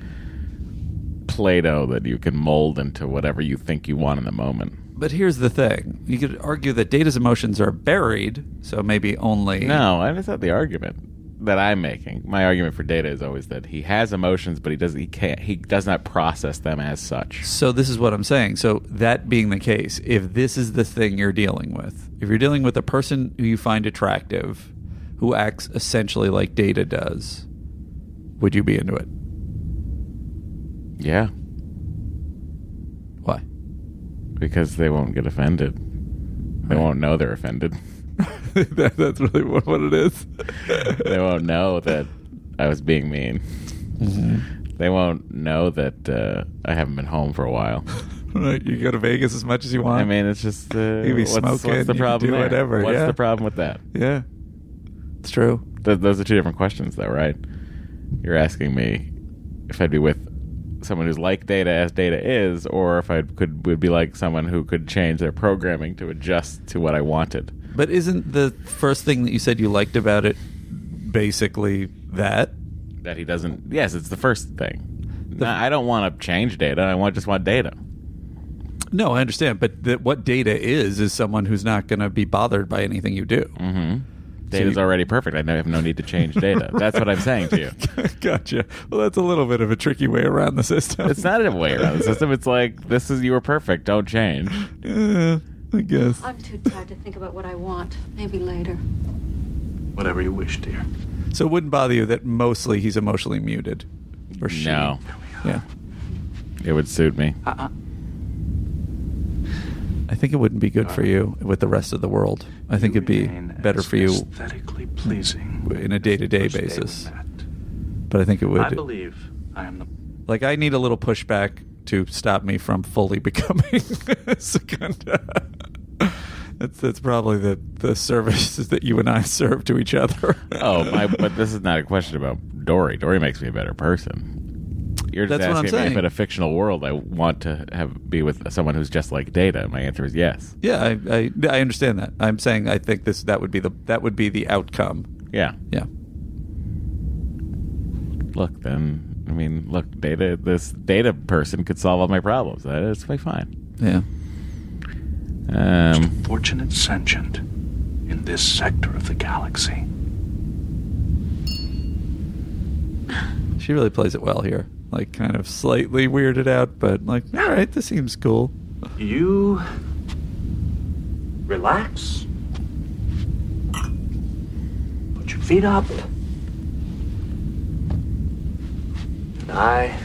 Play-Doh that you can mold into whatever you think you want in the moment.
But here's the thing: you could argue that data's emotions are buried, so maybe only
No, and it's not the argument that I'm making. My argument for data is always that he has emotions, but he does he can't he does not process them as such.
So this is what I'm saying. So that being the case, if this is the thing you're dealing with, if you're dealing with a person who you find attractive, who acts essentially like Data does, would you be into it?
Yeah.
Why?
Because they won't get offended. They won't know they're offended. *laughs*
that, that's really what, what it is.
they won't know that I was being mean. They won't know that uh, I haven't been home for a while.
*laughs* Right, you go to Vegas as much as you want.
I mean, it's just uh,
you be
what's,
smoking.
what's the
you can
problem?
do
there?
whatever.
What's
yeah.
the problem with that?
Yeah, it's true.
Th- those are two different questions, though, right? You're asking me if I'd be with someone who's like data as data is, or if I could would be like someone who could change their programming to adjust to what I wanted.
But isn't the first thing that you said you liked about it basically that?
That he doesn't. Yes, it's the first thing. No, I don't want to change data. I want just want data.
No, I understand, but that what data is is someone who's not going to be bothered by anything you do.
Mm-hmm.
So
Data's
you-
already perfect. I know- have no need to change data. That's what I'm saying to
*laughs*
you.
*laughs* gotcha. Well, that's a little bit of a tricky way around the system.
It's not a way around the system. It's like this is you were perfect. Don't change.
*laughs* Yeah, I guess.
I'm too tired to think about what I want. Maybe later.
Whatever you wish, dear.
So it wouldn't bother you that mostly he's emotionally muted, or she.
No,
Yeah,
it would suit me.
Uh,
I think it wouldn't be good for you with the rest of the world. I think it'd be better for you
Aesthetically pleasing.
in a day-to-day
First day we
basis. But I think it would.
I believe I am the
Like I need a little pushback to stop me from fully *laughs* becoming Secunda. *laughs* That's that's probably the the services that you and I serve to each other.
Oh, my, but this is not a question about Dory. Dory makes me a better person. You're just
That's what I'm
asking me if
saying.
in a fictional world I want to have be with someone who's just like Data. My answer is yes.
Yeah, I, I I understand that. I'm saying I think this that would be the that would be the outcome.
Yeah.
Yeah.
Look, then I mean, look, Data. This Data person could solve all my problems. That is quite fine.
Yeah.
Um,
fortunate sentient in this sector of the galaxy.
She really plays it well here. Like kind of slightly weirded out, but like all right, this seems cool.
You relax. Put your feet up. And I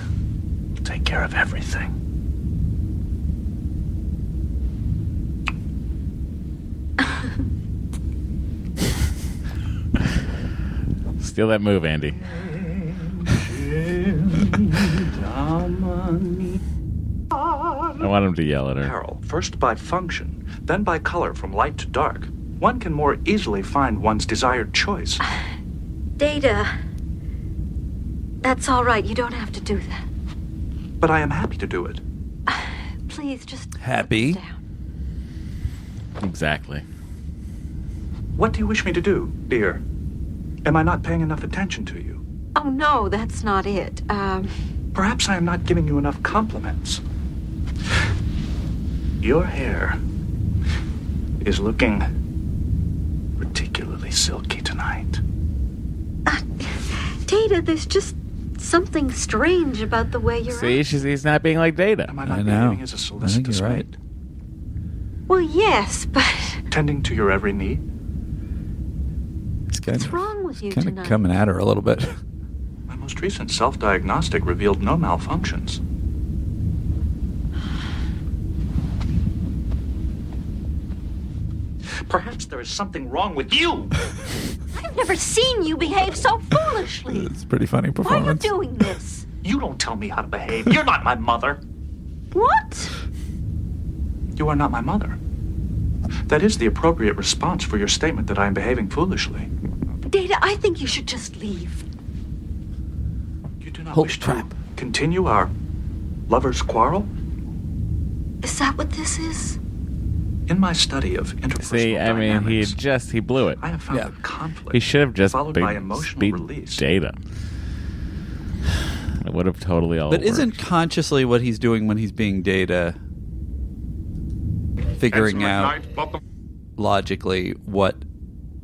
will take care of everything.
Steal that move, Andy. *laughs* I want him to yell at her.
Peril, first by function, then by color from light to dark. One can more easily find one's desired choice.
Data. That's all right. You don't have to do that.
But I am happy to do it.
Please, just.
Happy?
Exactly.
What do you wish me to do, dear? Am I not paying enough attention to you?
Oh, no, that's not it. Um,
Perhaps I am not giving you enough compliments. Your hair is looking particularly silky tonight.
Data, there's just something strange about the way you're.
See, she's, he's not being like Data.
Am I not behaving as a solicitous right.
Well, yes, but
tending to your every need?
It's kind
what's wrong with you
kind
tonight?
of coming at her a
*laughs*
little bit.
My most recent self diagnostic revealed no malfunctions. Perhaps there is something wrong with you!
I've never seen you behave so foolishly.
It's pretty funny
Why are you
performance.
doing this?
You don't tell me how to behave. You're not my mother.
What?
You are not my mother. That is the appropriate response for your statement that I am behaving foolishly.
Data, I think you should just leave.
You do not wish to continue our lover's quarrel?
Is that what this is?
In my study of interpersonal
See, I mean, he just he blew it.
I have found that conflict
He should have just
followed
been,
by emotional
beat
release.
Data. It would have totally all.
But
worked.
isn't consciously what he's doing when he's being data figuring out logically what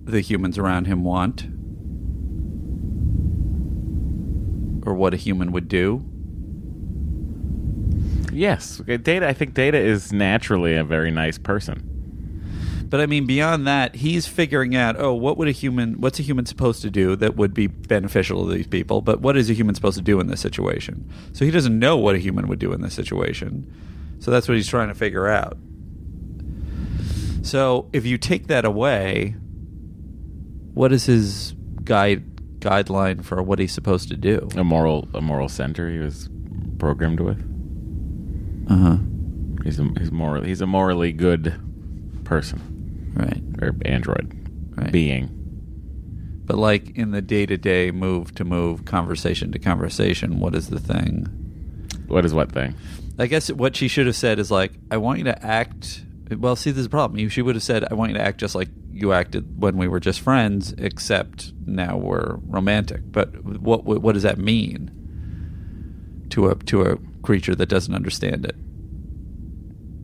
the humans around him want or what a human would do?
Yes, okay, Data. I think Data is naturally a very nice person.
But I mean, beyond that, he's figuring out, oh, what would a human, what's a human supposed to do that would be beneficial to these people? But what is a human supposed to do in this situation? So he doesn't know what a human would do in this situation. So that's what he's trying to figure out. So if you take that away, what is his guide guideline for what he's supposed to do?
A moral, a moral center. He was programmed with.
Uh huh.
He's a, he's moral. He's a morally good person.
Right.
Or android
Right.
being.
But like in the day to day, move to move, conversation to conversation, what is the thing?
What is what thing?
I guess what she should have said is like, I want you to act. Well, see, there's a problem. You- She would have said, I want you to act just like you acted when we were just friends, except now we're romantic. But what what, what does that mean to a to a creature that doesn't understand it?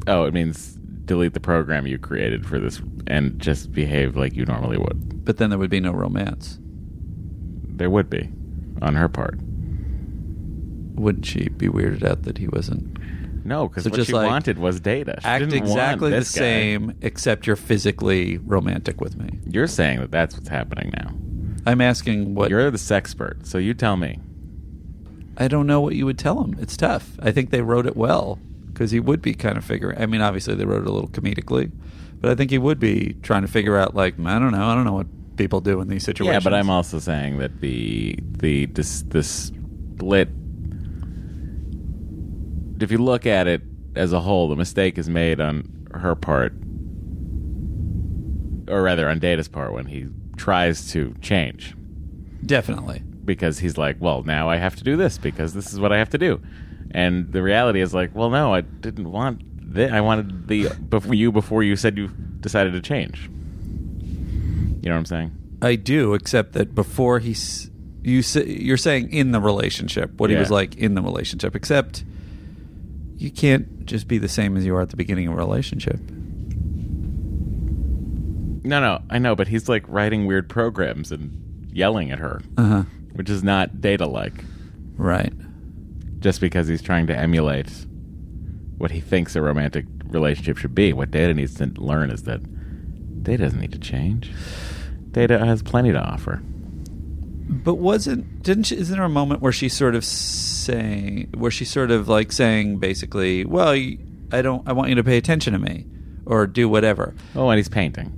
Oh, it means delete the program you created for this and just behave like you normally would.
But then there would be no romance.
There would be, on her part.
Wouldn't she be weirded out that he wasn't?
No, because
So
what
just
she
like,
wanted was data. She
act
didn't want
exactly the
this guy.
same, except you're physically romantic with me.
You're saying that that's what's happening now.
I'm asking what
you're the sexpert, so you tell me.
I don't know what you would tell him. It's tough. I think they wrote it well because he would be kind of figuring. I mean, obviously they wrote it a little comedically, but I think he would be trying to figure out like I don't know. I don't know what people do in these situations.
Yeah, but I'm also saying that the the this the split. If you look at it as a whole, the mistake is made on her part, or rather on Data's part when he tries to change.
Definitely.
Because he's like, well, now I have to do this because this is what I have to do, and the reality is like, well, no, I didn't want this. I wanted the before you before you said you decided to change. You know what I'm saying?
I do, except that before he's you say, you're saying in the relationship what he
Yeah.
was like in the relationship, except you can't just be the same as you are at the beginning of a relationship.
No, no, I know, but he's like writing weird programs and yelling at her,
Uh-huh.
which is not data like.
Right.
Just because he's trying to emulate what he thinks a romantic relationship should be. What data needs to learn is that data doesn't need to change. Data has plenty to offer.
But wasn't didn't she, isn't there a moment where she's sort of saying where she's sort of like saying basically, well, you- I don't I want you to pay attention to me or do whatever.
Oh, and he's painting.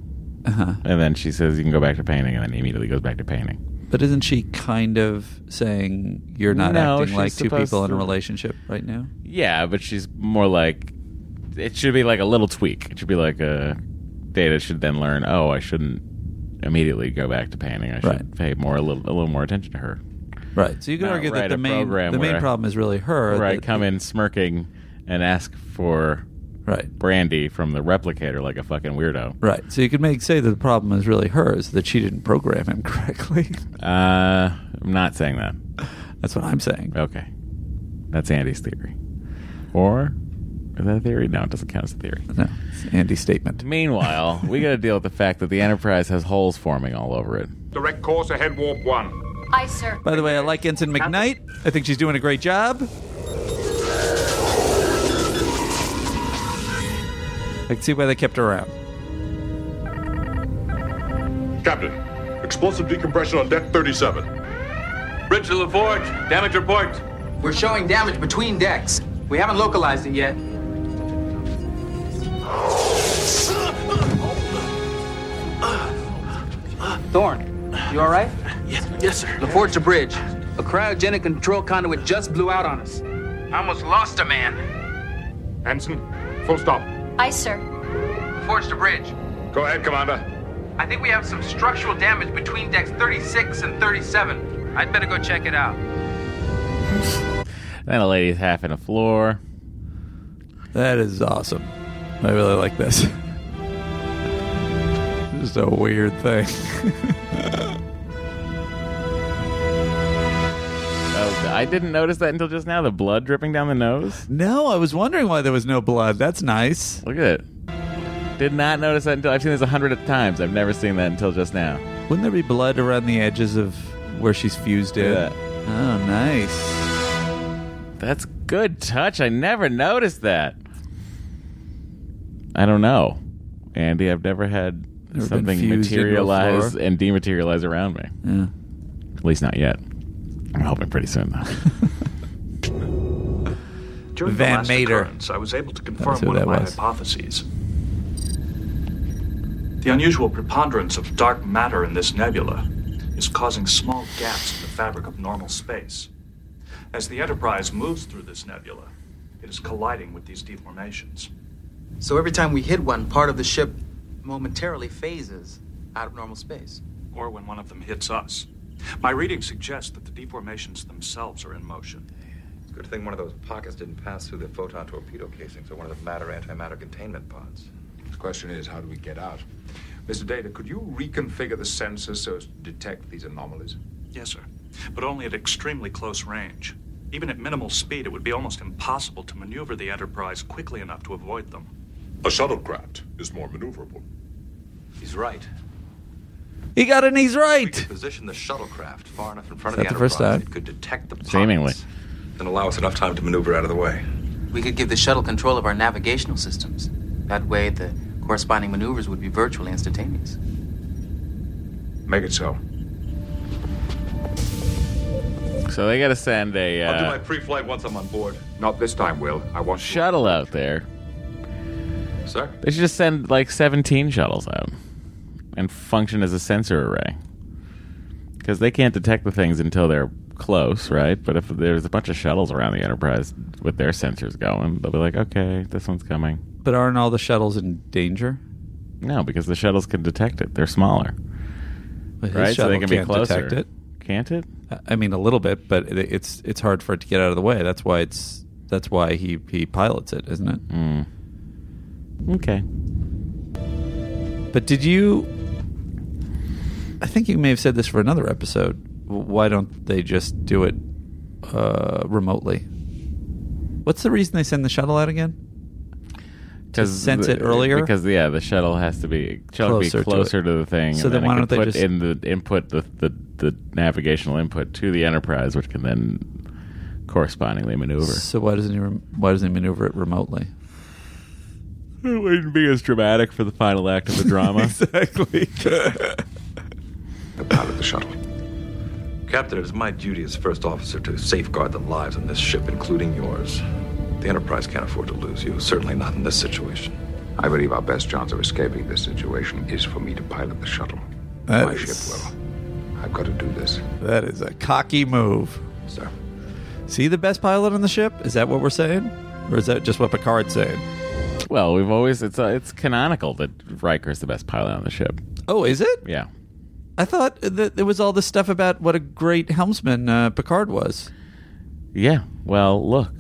Uh-huh.
And then she says, You can go back to painting. And then he immediately goes back to painting.
But isn't she kind of saying you're not
No,
acting
she's
like two
supposed
people in a
to-
relationship right now?
Yeah, but she's more like it should be like a little tweak. It should be like a data should then learn. Oh, I shouldn't immediately go back to painting. I should
Right.
pay more a little a little more attention to her.
Right. So you could
Not
argue that
write
the
a
main-
program
the main
where I-
problem is really her,
Where I
that-
come in smirking and ask for
right
brandy from the replicator like a fucking weirdo.
Right. So you could make say that the problem is really hers that she didn't program him *laughs* correctly.
Uh, I'm not saying that.
That's what I'm saying.
Okay. That's Andy's theory. Or is that a theory? No, it doesn't count as a theory.
No, it's Andy's statement.
Meanwhile, we got to deal with the fact that the Enterprise has holes forming all over it.
Direct course ahead, warp one.
Aye, sir.
By the way, I like Ensign McKnight. I think she's doing a great job. I can see why they kept her around.
Captain, explosive decompression on deck 37.
Bridge to the forge. Damage report.
We're showing damage between decks. We haven't localized it yet. Thorn, you all right? Yes, yes, sir. LaForge to bridge. A cryogenic control conduit just blew out on us. I almost lost a man.
Hanson, full stop.
Aye, sir.
Forge to bridge.
Go ahead, Commander.
I think we have some structural damage between decks 36 and 37. I'd better go check it out.
Then a lady's half in a floor.
That is awesome. I really like this. *laughs* Just a weird thing. *laughs*
Oh, I didn't notice that until just now. The blood dripping down the nose.
no, I was wondering why there was no blood. That's nice.
Look at it. Did not notice that until I've seen this a hundred times. I've never seen that until just now.
Wouldn't there be blood around the edges of where she's fused in?
Yeah.
Oh, nice. *laughs*
That's good touch. I never noticed that. I don't know, Andy. I've never had
Never been
something
fused into a
materialize
floor.
and dematerialize around me.
Yeah.
At least not yet. I'm hoping pretty soon though.
During
Van
the last
Mater.
occurrence, I was able to
That's who
confirm one
that
of my
was.
hypotheses. The unusual preponderance of dark matter in this nebula is causing small gaps in the fabric of normal space. As the Enterprise moves through this nebula, it is colliding with these deformations.
So every time we hit one, part of the ship momentarily phases out of normal space.
or when one of them hits us. My reading suggests that the deformations themselves are in motion.
Good thing one of those pockets didn't pass through the photon torpedo casings or one of the matter antimatter containment pods.
The question is, how do we get out? Mr. Data, could you reconfigure the sensors so as to detect these anomalies?
Yes, sir. But only at extremely close range. Even at minimal speed, it would be almost impossible to maneuver the Enterprise quickly enough to avoid them.
A shuttlecraft is more maneuverable.
He's right.
He got it and he's
We
right.
could position the shuttlecraft far enough in front
Is
of
that
the
the first
Enterprise
time?
it could detect the pods
Seemingly.
and allow us enough time to maneuver out of the way.
We could give the shuttle control of our navigational systems. That way, the corresponding maneuvers would be virtually instantaneous.
Make it so.
So they got to send a
I'll do my
uh,
pre-flight once I'm on board. Not this time, Will. I want you.
shuttle out there.
Sir?
They should just send like 17 shuttles out and function as a sensor array. Because they can't detect the things until they're close, right? But if there's a bunch of shuttles around the Enterprise with their sensors going, they'll be like, okay, this one's coming.
But aren't all the shuttles in danger?
No, because the shuttles can detect it. They're smaller.
But his
right? So they
shuttle
can be
can't
closer.
detect it.
Can't it?
I- I mean, a little bit, but it, it's it's hard for it to get out of the way. That's why it's that's why he he pilots it, isn't it?
Mm. Okay.
But did you? I think you may have said this for another episode. W- Why don't they just do it uh, remotely? What's the reason they send the shuttle out again? To sense
the-
it earlier.
Because yeah, the shuttle has to be shuttle
Closer to
closer be closer
it.
to, the thing.
So
and
then
it
why
can
don't they
put
just-
in the input the, the the navigational input to the Enterprise, which can then correspondingly maneuver.
So why doesn't he rem- why doesn't he maneuver it remotely?
It wouldn't be as dramatic for the final act of
*laughs*
the
*laughs*
drama. *laughs*
exactly.
The pilot of the shuttle. Captain, it is my duty as first officer to safeguard the lives on this ship, including yours. The Enterprise can't afford to lose you, certainly not in this situation.
I believe our best chance of escaping this situation is for me to pilot the shuttle.
That
My
is-
ship will.
I've got to do this.
That is a cocky move.
Sir.
See the best pilot on the ship? Is that what we're saying? Or is that just what Picard's saying?
Well, we've always it's uh, it's canonical that Riker's the best pilot on the ship.
Oh, is it?
Yeah.
I thought that there was all this stuff about what a great helmsman uh, Picard was.
Yeah. Well, look.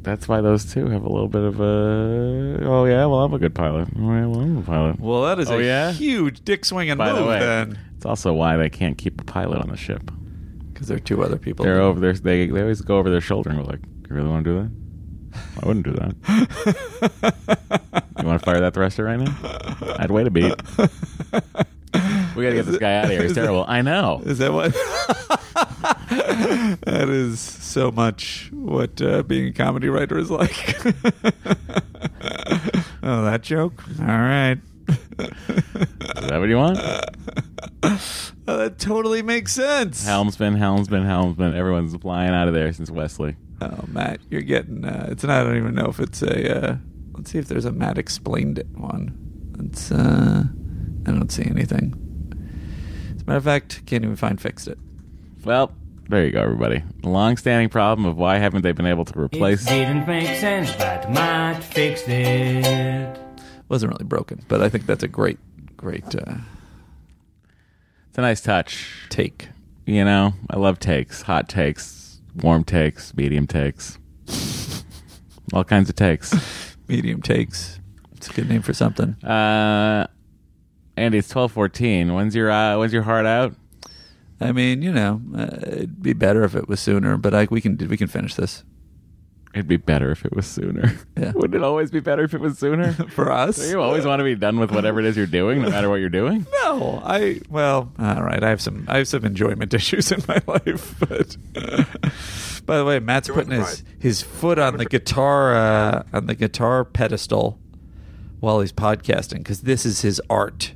That's why those two have a little bit of a. Oh yeah. Well, I'm a good pilot. All right. Well, I'm a pilot.
Well, that is
oh,
a
yeah?
huge dick swinging
By
move.
the way,
then
it's also why they can't keep a pilot on the ship
because there are two other people. *laughs*
They're over there. They they always go over their shoulder and go like, "You really want to do that? I wouldn't
*laughs*
do that. you want to fire that thruster right now? I'd wait a beat. We got to get this guy out of here. He's
is it-
terrible. I know.
Is that what? *laughs* that is so much what uh, being a comedy writer is like. *laughs* oh, that joke. All right.
Is that what you want?
*laughs* Oh, that totally makes sense.
Helmsman, helmsman, helmsman. Everyone's flying out of there since Wesley.
Oh, Matt, you're getting. Uh, it's not. I don't even know if it's a. Uh, let's see if there's a Matt explained it one. It's. Uh, I don't see anything. As a matter of fact, can't even find fixed it.
Well, there you go, everybody. The long-standing problem of why haven't they been able to replace?
It didn't make sense, but Matt fixed it.
Wasn't really broken, but I think that's a great, great. Uh,
It's a nice touch.
Take.
You know, I love takes. Hot takes, warm takes, medium takes. All kinds of takes.
medium takes. It's a good name for something.
Uh Andy, it's twelve fourteen. When's your uh, when's your heart out?
I mean, you know, uh, it'd be better if it was sooner, but like we can we can finish this.
It'd be better if it was sooner.
Yeah.
*laughs* Wouldn't it always be better if it was sooner?
For us?
So you always want to be done with whatever it is you're doing, no matter what you're doing.
No, I well, all right. I have some I have some enjoyment *laughs* issues in my life, but *laughs* by the way, Matt's putting his his foot on the guitar uh, on the guitar pedestal while he's podcasting because this is his art.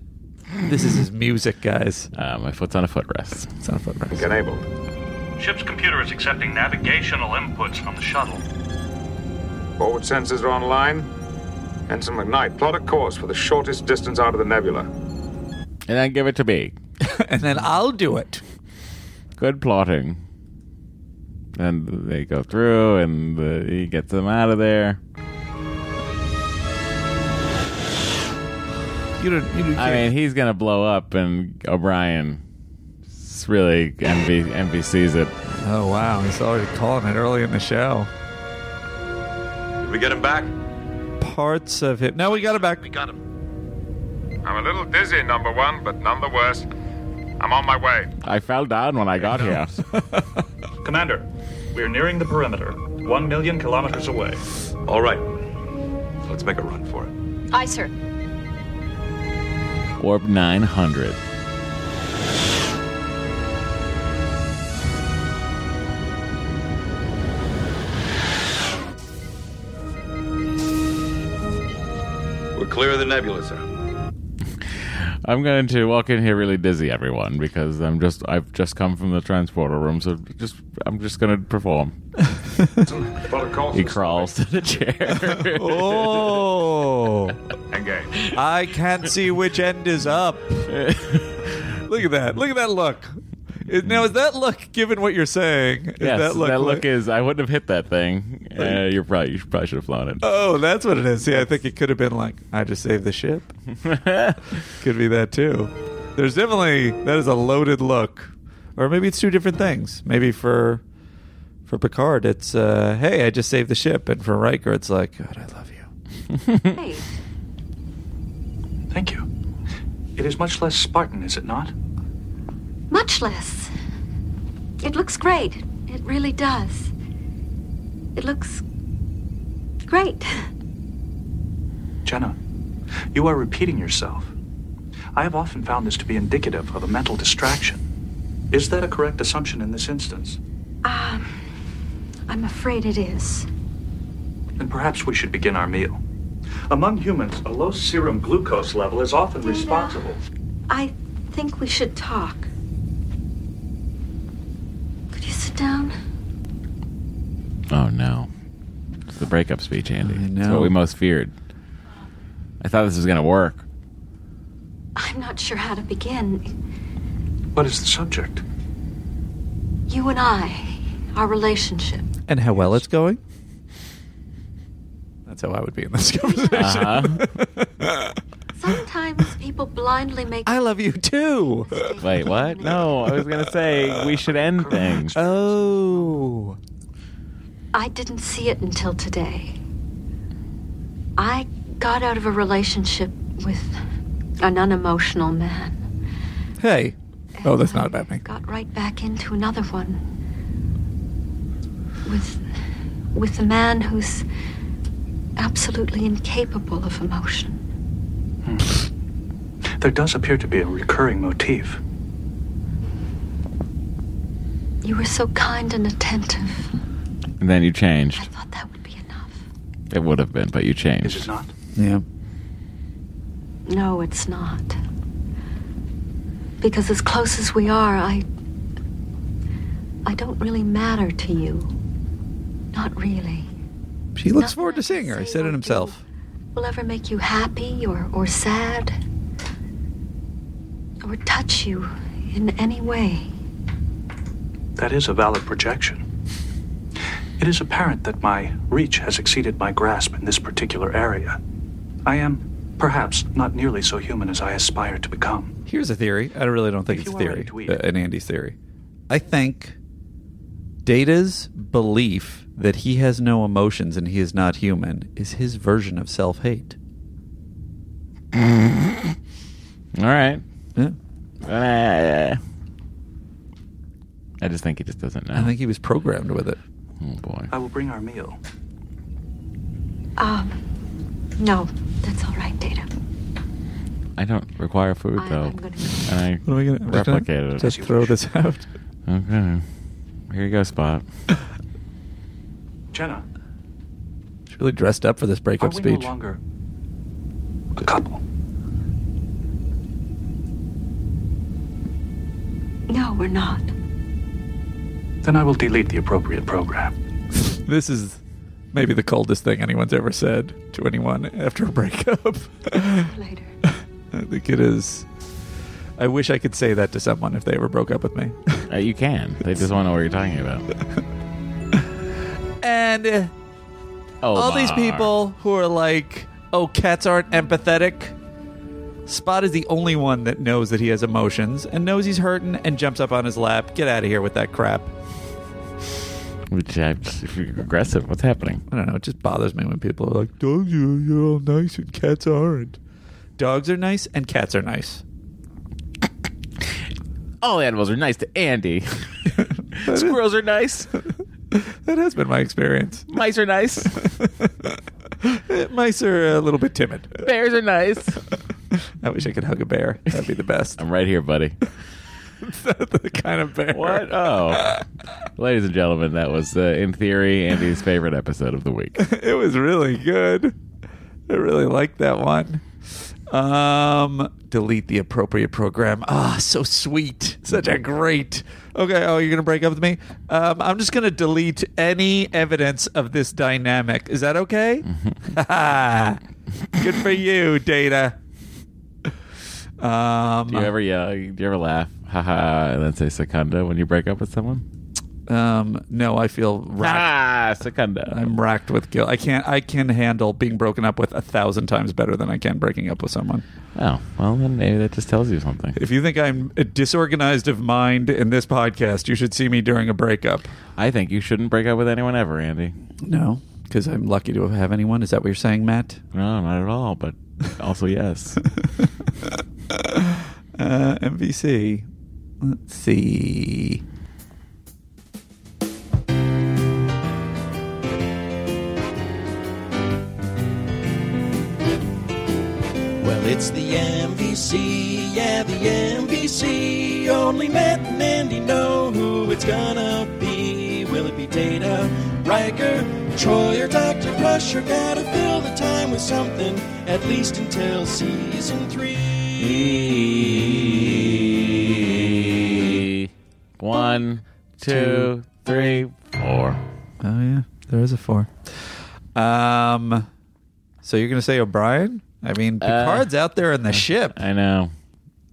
This is his music, guys.
Uh, my foot's on a footrest.
It's on a footrest.
Enabled.
Ship's computer is accepting navigational inputs from the shuttle.
Forward sensors are online. Ensign McKnight, plot a course for the shortest distance out of the nebula.
And then give it to me.
*laughs* and then I'll do it.
Good plotting. And they go through, and uh, he gets them out of there.
You don't. You don't
I mean, he's gonna blow up, and O'Brien. It's really MV, MV sees it.
Oh wow, he's already calling it early in the show.
Did we get him back?
Parts of him. Now we got it back.
We got him.
I'm a little dizzy, number one, but none the worse. I'm on my way.
I fell down when I got here.
Commander, we are nearing the perimeter, one million kilometers away. All right. Let's make a run for it.
Aye, sir.
Orb 900.
We're clear of the nebula, sir.
I'm going to walk in here really dizzy, everyone, because I'm just I've just come from the transporter room, so just I'm just going to perform.
Plot a course.
He crawls to the chair.
Oh,
Engage.
*laughs* I can't see
*laughs*
which end is up. look at that. Look at that look. Is- Now, is that look, given what you're saying, is
yes,
that look? like-
is I wouldn't have hit that thing. Uh, you're probably you probably should have flown it.
oh, that's what it is. See, I think it could have been like, I just saved the ship. Oh. could be that, too. There's definitely, that is a loaded look. Or maybe it's two different things. Maybe for. For Picard, it's uh, hey, I just saved the ship, and for Riker, it's like God, I love you.
Hey,
Thank you. It is much less Spartan, is it not?
much less. It looks great. It really does. It looks great. *laughs*
Jenna, you are repeating yourself. I have often found this to be indicative of a mental distraction. Is that a correct assumption in this instance?
Um, I'm afraid it is.
Then perhaps we should begin our meal. Among humans, a low serum glucose level is often responsible.
I think we should talk. Could you sit down?
*laughs* Oh no. It's the breakup speech, Andy.
I
It's
know.
what we most feared. I thought this was going to work.
I'm not sure how to begin.
What is the subject?
You and I, our relationship.
*laughs* And how well it's going? That's how I would be
*laughs*
in this conversation.
Uh-huh.
Sometimes people blindly make.
*laughs* I love you too.
Wait, what? No, I was going to say we should end things.
Uh, Oh.
I didn't see it until today. I got out of a relationship with an unemotional man,
Hey. Oh, that's not about me.
got right back into another one with with a man who's absolutely incapable of emotion.
There does appear to be a recurring motif.
You were so kind and attentive.
And then you changed. I thought that would be enough. It would have been, but you changed.
*laughs*
Is
it not?
Yeah.
No, it's not. Because as close as we are, I I don't really matter to you. Not really.
She looks forward to seeing her. He said it himself.
Will ever make you happy or, or sad or touch you in any way.
That is a valid projection. It is apparent that my reach has exceeded my grasp in this particular area. I am, perhaps, not nearly so human as I aspire to become.
Here's a theory. I really don't think it's a theory. Uh, an Andy's theory. I think Data's belief that he has no emotions and he is not human is his version of self hate.
All right.
Yeah.
Uh, I just think he just doesn't know.
I think he was programmed with it.
Oh, boy.
I will bring our meal.
Um, no, that's all right, Data.
I don't require food, though. and I
What am I gonna- I'm just gonna
replicated it.
just throw this out.
Okay. Here you go, Spot.
Jenna,
She really dressed up for this
are
breakup
we
speech.
no longer a couple?
No, we're not.
Then I will delete the appropriate program.
this is maybe the coldest thing anyone's ever said to anyone after a breakup. *laughs*
Later.
I think it Uh, is. I wish I could say that to someone if they ever broke up with me.
Uh, you can. They just want to know what you're talking about.
and uh, all these
Omar.
people who are like, oh, cats aren't empathetic. Spot is the only one that knows that he has emotions and knows he's hurting and jumps up on his lap. Get out of here with that crap.
Which I, if you're aggressive, what's happening?
I don't know. It just bothers me when people are like, dogs are you're all nice and cats aren't. Dogs are nice and cats are nice.
All animals are nice to *laughs* Andy. Squirrels are nice.
That has been my experience.
Mice are nice.
*laughs* Mice are a little bit timid.
Bears are nice.
I wish I could hug a bear. That'd be the best.
I'm right here, buddy.
*laughs* the kind of bear.
What? Oh. Ladies and gentlemen, that was, uh, in theory, Andy's favorite episode of
*laughs*
the week.
it was really good. I really liked that one. Um, delete the appropriate program. Ah, so sweet. Such a great. Okay. Oh, you're gonna break up with me? Um, I'm just gonna delete any evidence of this dynamic. Is that okay? *laughs*
Mm-hmm.
good for you, Data. Um,
Do you ever yell? Do you ever laugh? Haha, and then say secunda when you break up with someone?
Um, no, I feel racked.
Ah, secunda.
I'm racked with guilt. I can't. I can handle being broken up with a thousand times better than I can breaking up with someone.
Oh, well, then maybe that just tells you something.
If you think I'm disorganized of mind in this podcast, you should see me during a breakup.
I think you shouldn't break up with anyone ever, Andy.
No, because I'm lucky to have anyone. Is that what you're saying, *laughs* Matt?
No, not at all, but also *laughs* yes.
Uh, MVC. Let's see.
Well, it's the MVC, yeah, the MVC. Only Matt and Andy know who it's gonna be. Will it be Data, Riker, Troy, or Dr. Crusher? Gotta fill the time with something, at least until season three.
One, two, three, four.
Oh yeah, there is a four. Um, so you're Uh, gonna say O'Brien? I mean, Picard's out there in the ship.
I know,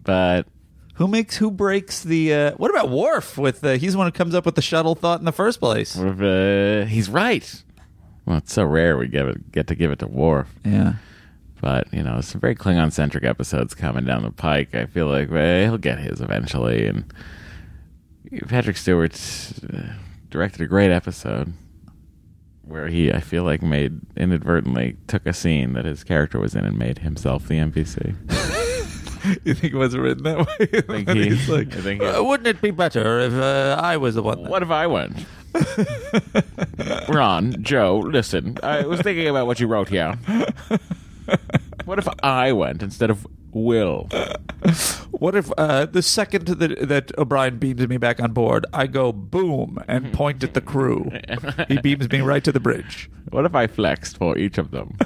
but
Who makes who breaks the? Uh, what about Worf? With uh, he's the one who comes up with the shuttle thought in the first place.
Uh, he's right. Well, it's so rare we give it, get to give it to Worf.
Yeah. *laughs*
But, you know, some very Klingon centric episodes coming down the pike. I feel like eh, he'll get his eventually. And Patrick Stewart uh, directed a great episode where he, I feel like, made inadvertently took a scene that his character was in and made himself
*laughs*
the NPC.
you think it was written that way? *laughs*
think
And
he-
he's like,
I think he-
"Uh, wouldn't it be better if uh, I was the one?
What if
*laughs*
I went? Ron, Joe, listen, I was thinking about what you
*laughs*
wrote here. What if I went instead of Will?
What if uh, the second that, that O'Brien beams me back on board, I go boom and point at the crew? he beams me right to the bridge.
What if I flexed for each of *laughs* them?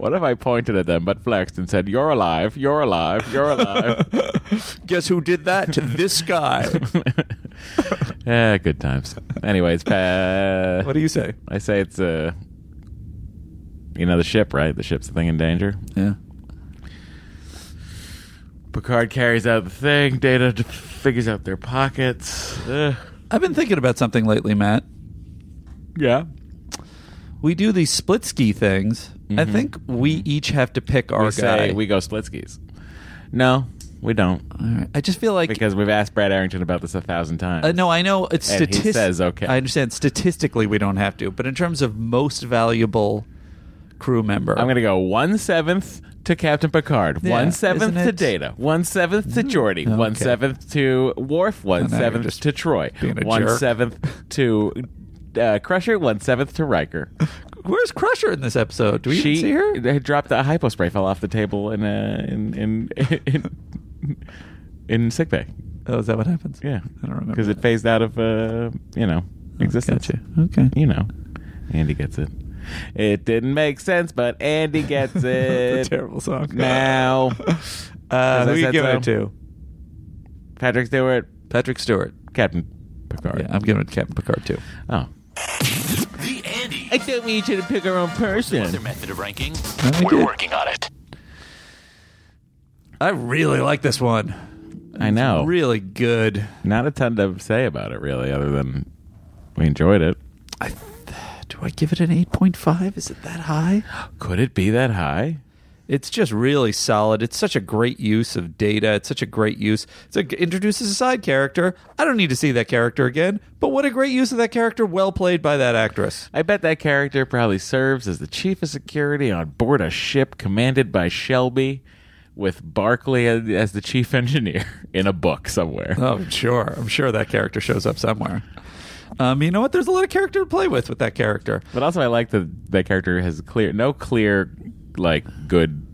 what if I pointed at them but flexed and said, You're alive, you're alive, you're *laughs* alive?
*laughs* Guess who did that to this guy?
yeah, good times. Anyways, uh,
What do you say?
I say it's Uh, you know the ship, right? The ship's the thing in danger.
Yeah.
Picard carries out the thing. Data d- figures out their pockets. Ugh.
I've been thinking about something lately, Matt.
Yeah.
We do these split ski things. I
Mhm.
think we each have to pick our
we
guy.
say we go split skis. No, we don't.
I just feel like
because we've asked Brad Arrington about this a thousand times.
Uh, no, I know it's
And he
statistic-
says okay.
I understand statistically we don't have to, but in terms of most valuable crew member,
I'm going to go one seventh to Captain Picard,
Yeah,
one seventh
isn't
to
it? Mm-hmm.
Data, one seventh to Geordi,
okay.
one seventh to Worf, one
now you're
seventh to Troy,
being a
one
jerk.
seventh to uh, Crusher, one seventh to Riker.
Where's Crusher in this episode? *laughs* Do we
she
even see her?
They dropped a hypo spray, fell off the table in uh, in in *laughs* in, in sick bay.
Oh, is that what happens?
Yeah,
I don't remember. Oh,
because it phased out of uh, you know existence.
Okay,
you know, Andy gets it. It didn't make sense, but Andy
*laughs*
gets it.
That's a terrible song.
Now,
Uh,
As I
who you
said
giving
so.
it to?
Patrick Stewart,
Patrick Stewart,
Captain Picard.
Yeah, I'm giving it to Captain Picard too.
Oh, I don't mean you to pick our own person.
method of ranking?
I
We're
did.
working on it.
I really like this one.
I know.
Really good.
Not a ton to say about it, really, other than we enjoyed it.
Do I give it an 8.5? Is it that high?
Could it be that high?
It's just really solid. It's such a great use of data. It's such a great use. It's like introduces a side character. I don't need to see that character again, but what a great use of that character. Well played by that actress.
I bet that character probably serves as the chief of security on board a ship commanded by Shelby, with Barclay as as the chief engineer *laughs* in a book somewhere.
Oh, I'm sure. I'm sure that character shows up somewhere. Um, you know what? There's a lot of character to play with with that character.
But also, I like that that character has clear no clear like good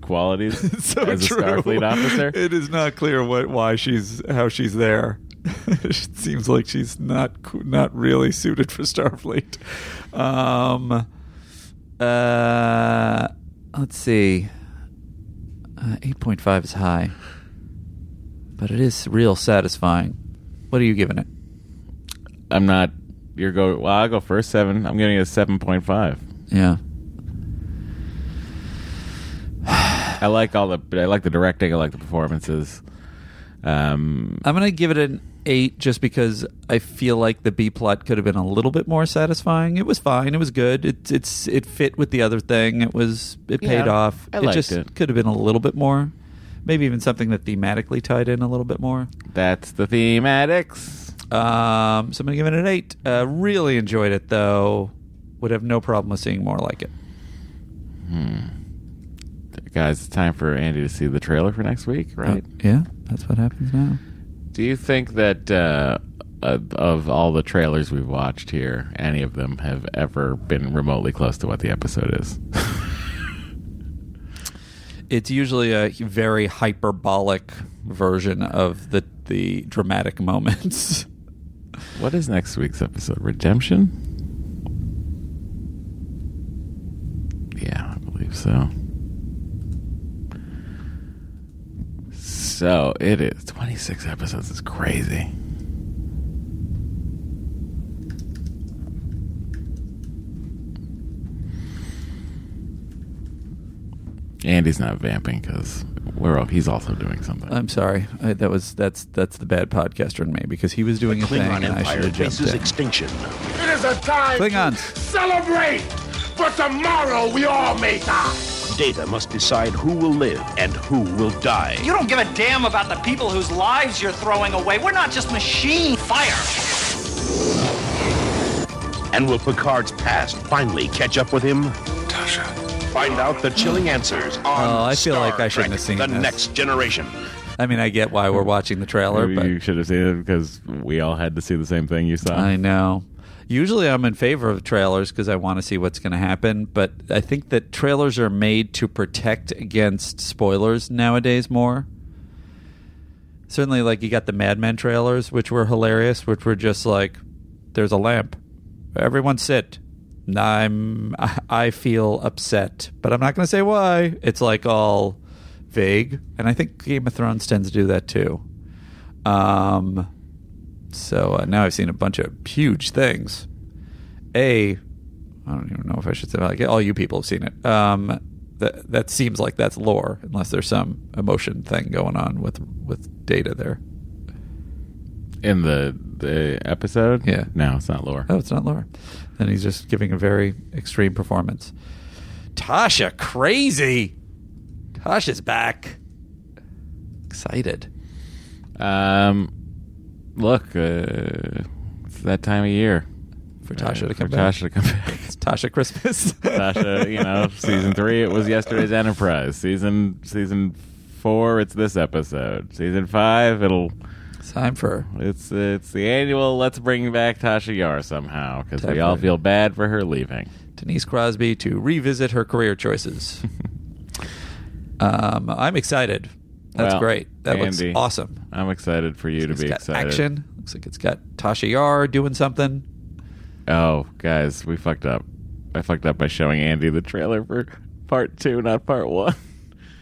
qualities
*laughs* So
as
true.
a Starfleet officer.
*laughs* It is not clear what why she's how she's there. *laughs* it seems like she's not co- not really suited for Starfleet. Um, uh, let's see. Uh, Eight point five is high, but it is real satisfying. What are you giving it?
I'm not. You're go. Well, I'll go first. Seven. I'm getting a seven point five.
Yeah.
I like all the. I like the directing. I like the performances. Um,
I'm gonna give it an eight just because I feel like the B plot could have been a little bit more satisfying. It was fine. It was good. It it's it fit with the other thing. It was it
Yeah,
paid off.
I liked
just
it.
could have been a little bit more. Maybe even something that thematically tied in a little bit more.
that's the thematics.
Um, so I'm gonna give it an eight. Uh, really enjoyed it though. Would have no problem with seeing more like it.
Guys, it's time for Andy to see the trailer for next week, right?
Yeah, that's what happens now.
Do you think that uh, uh, of all the trailers we've watched here, any of them have ever been remotely close to what the episode is?
It's usually a very hyperbolic version of the the dramatic moments. *laughs*
what is next week's episode? Redemption? Yeah, I believe so. So it is 26 episodes. It's crazy. Andy's not vamping because we're all, he's also doing something.
I'm sorry. I, that was that's that's the bad podcaster in me because he was doing a thing
Klingon
and I should
Empire
have jumped
faces
in.
extinction.
It is a time
Klingons.
to celebrate, for tomorrow we all may die.
Data must decide who will live and who will die.
You don't give a damn about the people whose lives you're throwing away. We're not just machine fire.
And will Picard's past finally catch up with him? Tasha. Find out the chilling answers on
Oh, I feel
Star
like I shouldn't
Trek,
have seen
The
this.
Next Generation.
I mean, I get why we're watching the trailer,
Maybe
but
you should have seen it because we all had to see the same thing you saw.
I know. Usually I'm in favor of trailers because I want to see what's going to happen, but I think that trailers are made to protect against spoilers nowadays more. Certainly, like you got the Mad Men trailers, which were hilarious, which were just like, there's a lamp. Everyone sit. I'm, I- I feel upset, but I'm not going to say why. It's like all vague. And I think Game of Thrones tends to do that too. Um, so uh, now I've seen a bunch of huge things. A, I don't even know if I should say like all you people have seen it. Um, that that seems like that's lore, unless there's some emotion thing going on with with data there.
In the the episode?
Yeah.
No, it's not lore.
Oh, it's not lore. Then he's just giving a very extreme performance. Tasha, crazy. Tasha's back. Excited.
Um, look, uh, it's that time of year Uh,
for Tasha to come
for
back.
Tasha to come back. *laughs*
It's Tasha Christmas. *laughs*
Tasha, you know, season three it was yesterday's Enterprise. Season season four, it's this episode. Season five, it'll.
It's time for
it's it's the annual. Let's bring back Tasha Yar somehow because
Time
we all
for-
feel bad for her leaving.
Denise Crosby to revisit her career
*laughs*
choices. um, I'm excited. That's
Well,
great. That
Andy,
looks awesome.
I'm excited for you to
It's
be
got
excited.
action. Looks like it's got Tasha Yar doing something.
Oh, guys, we fucked up. I fucked up by showing Andy the trailer for part two, not part one. *laughs*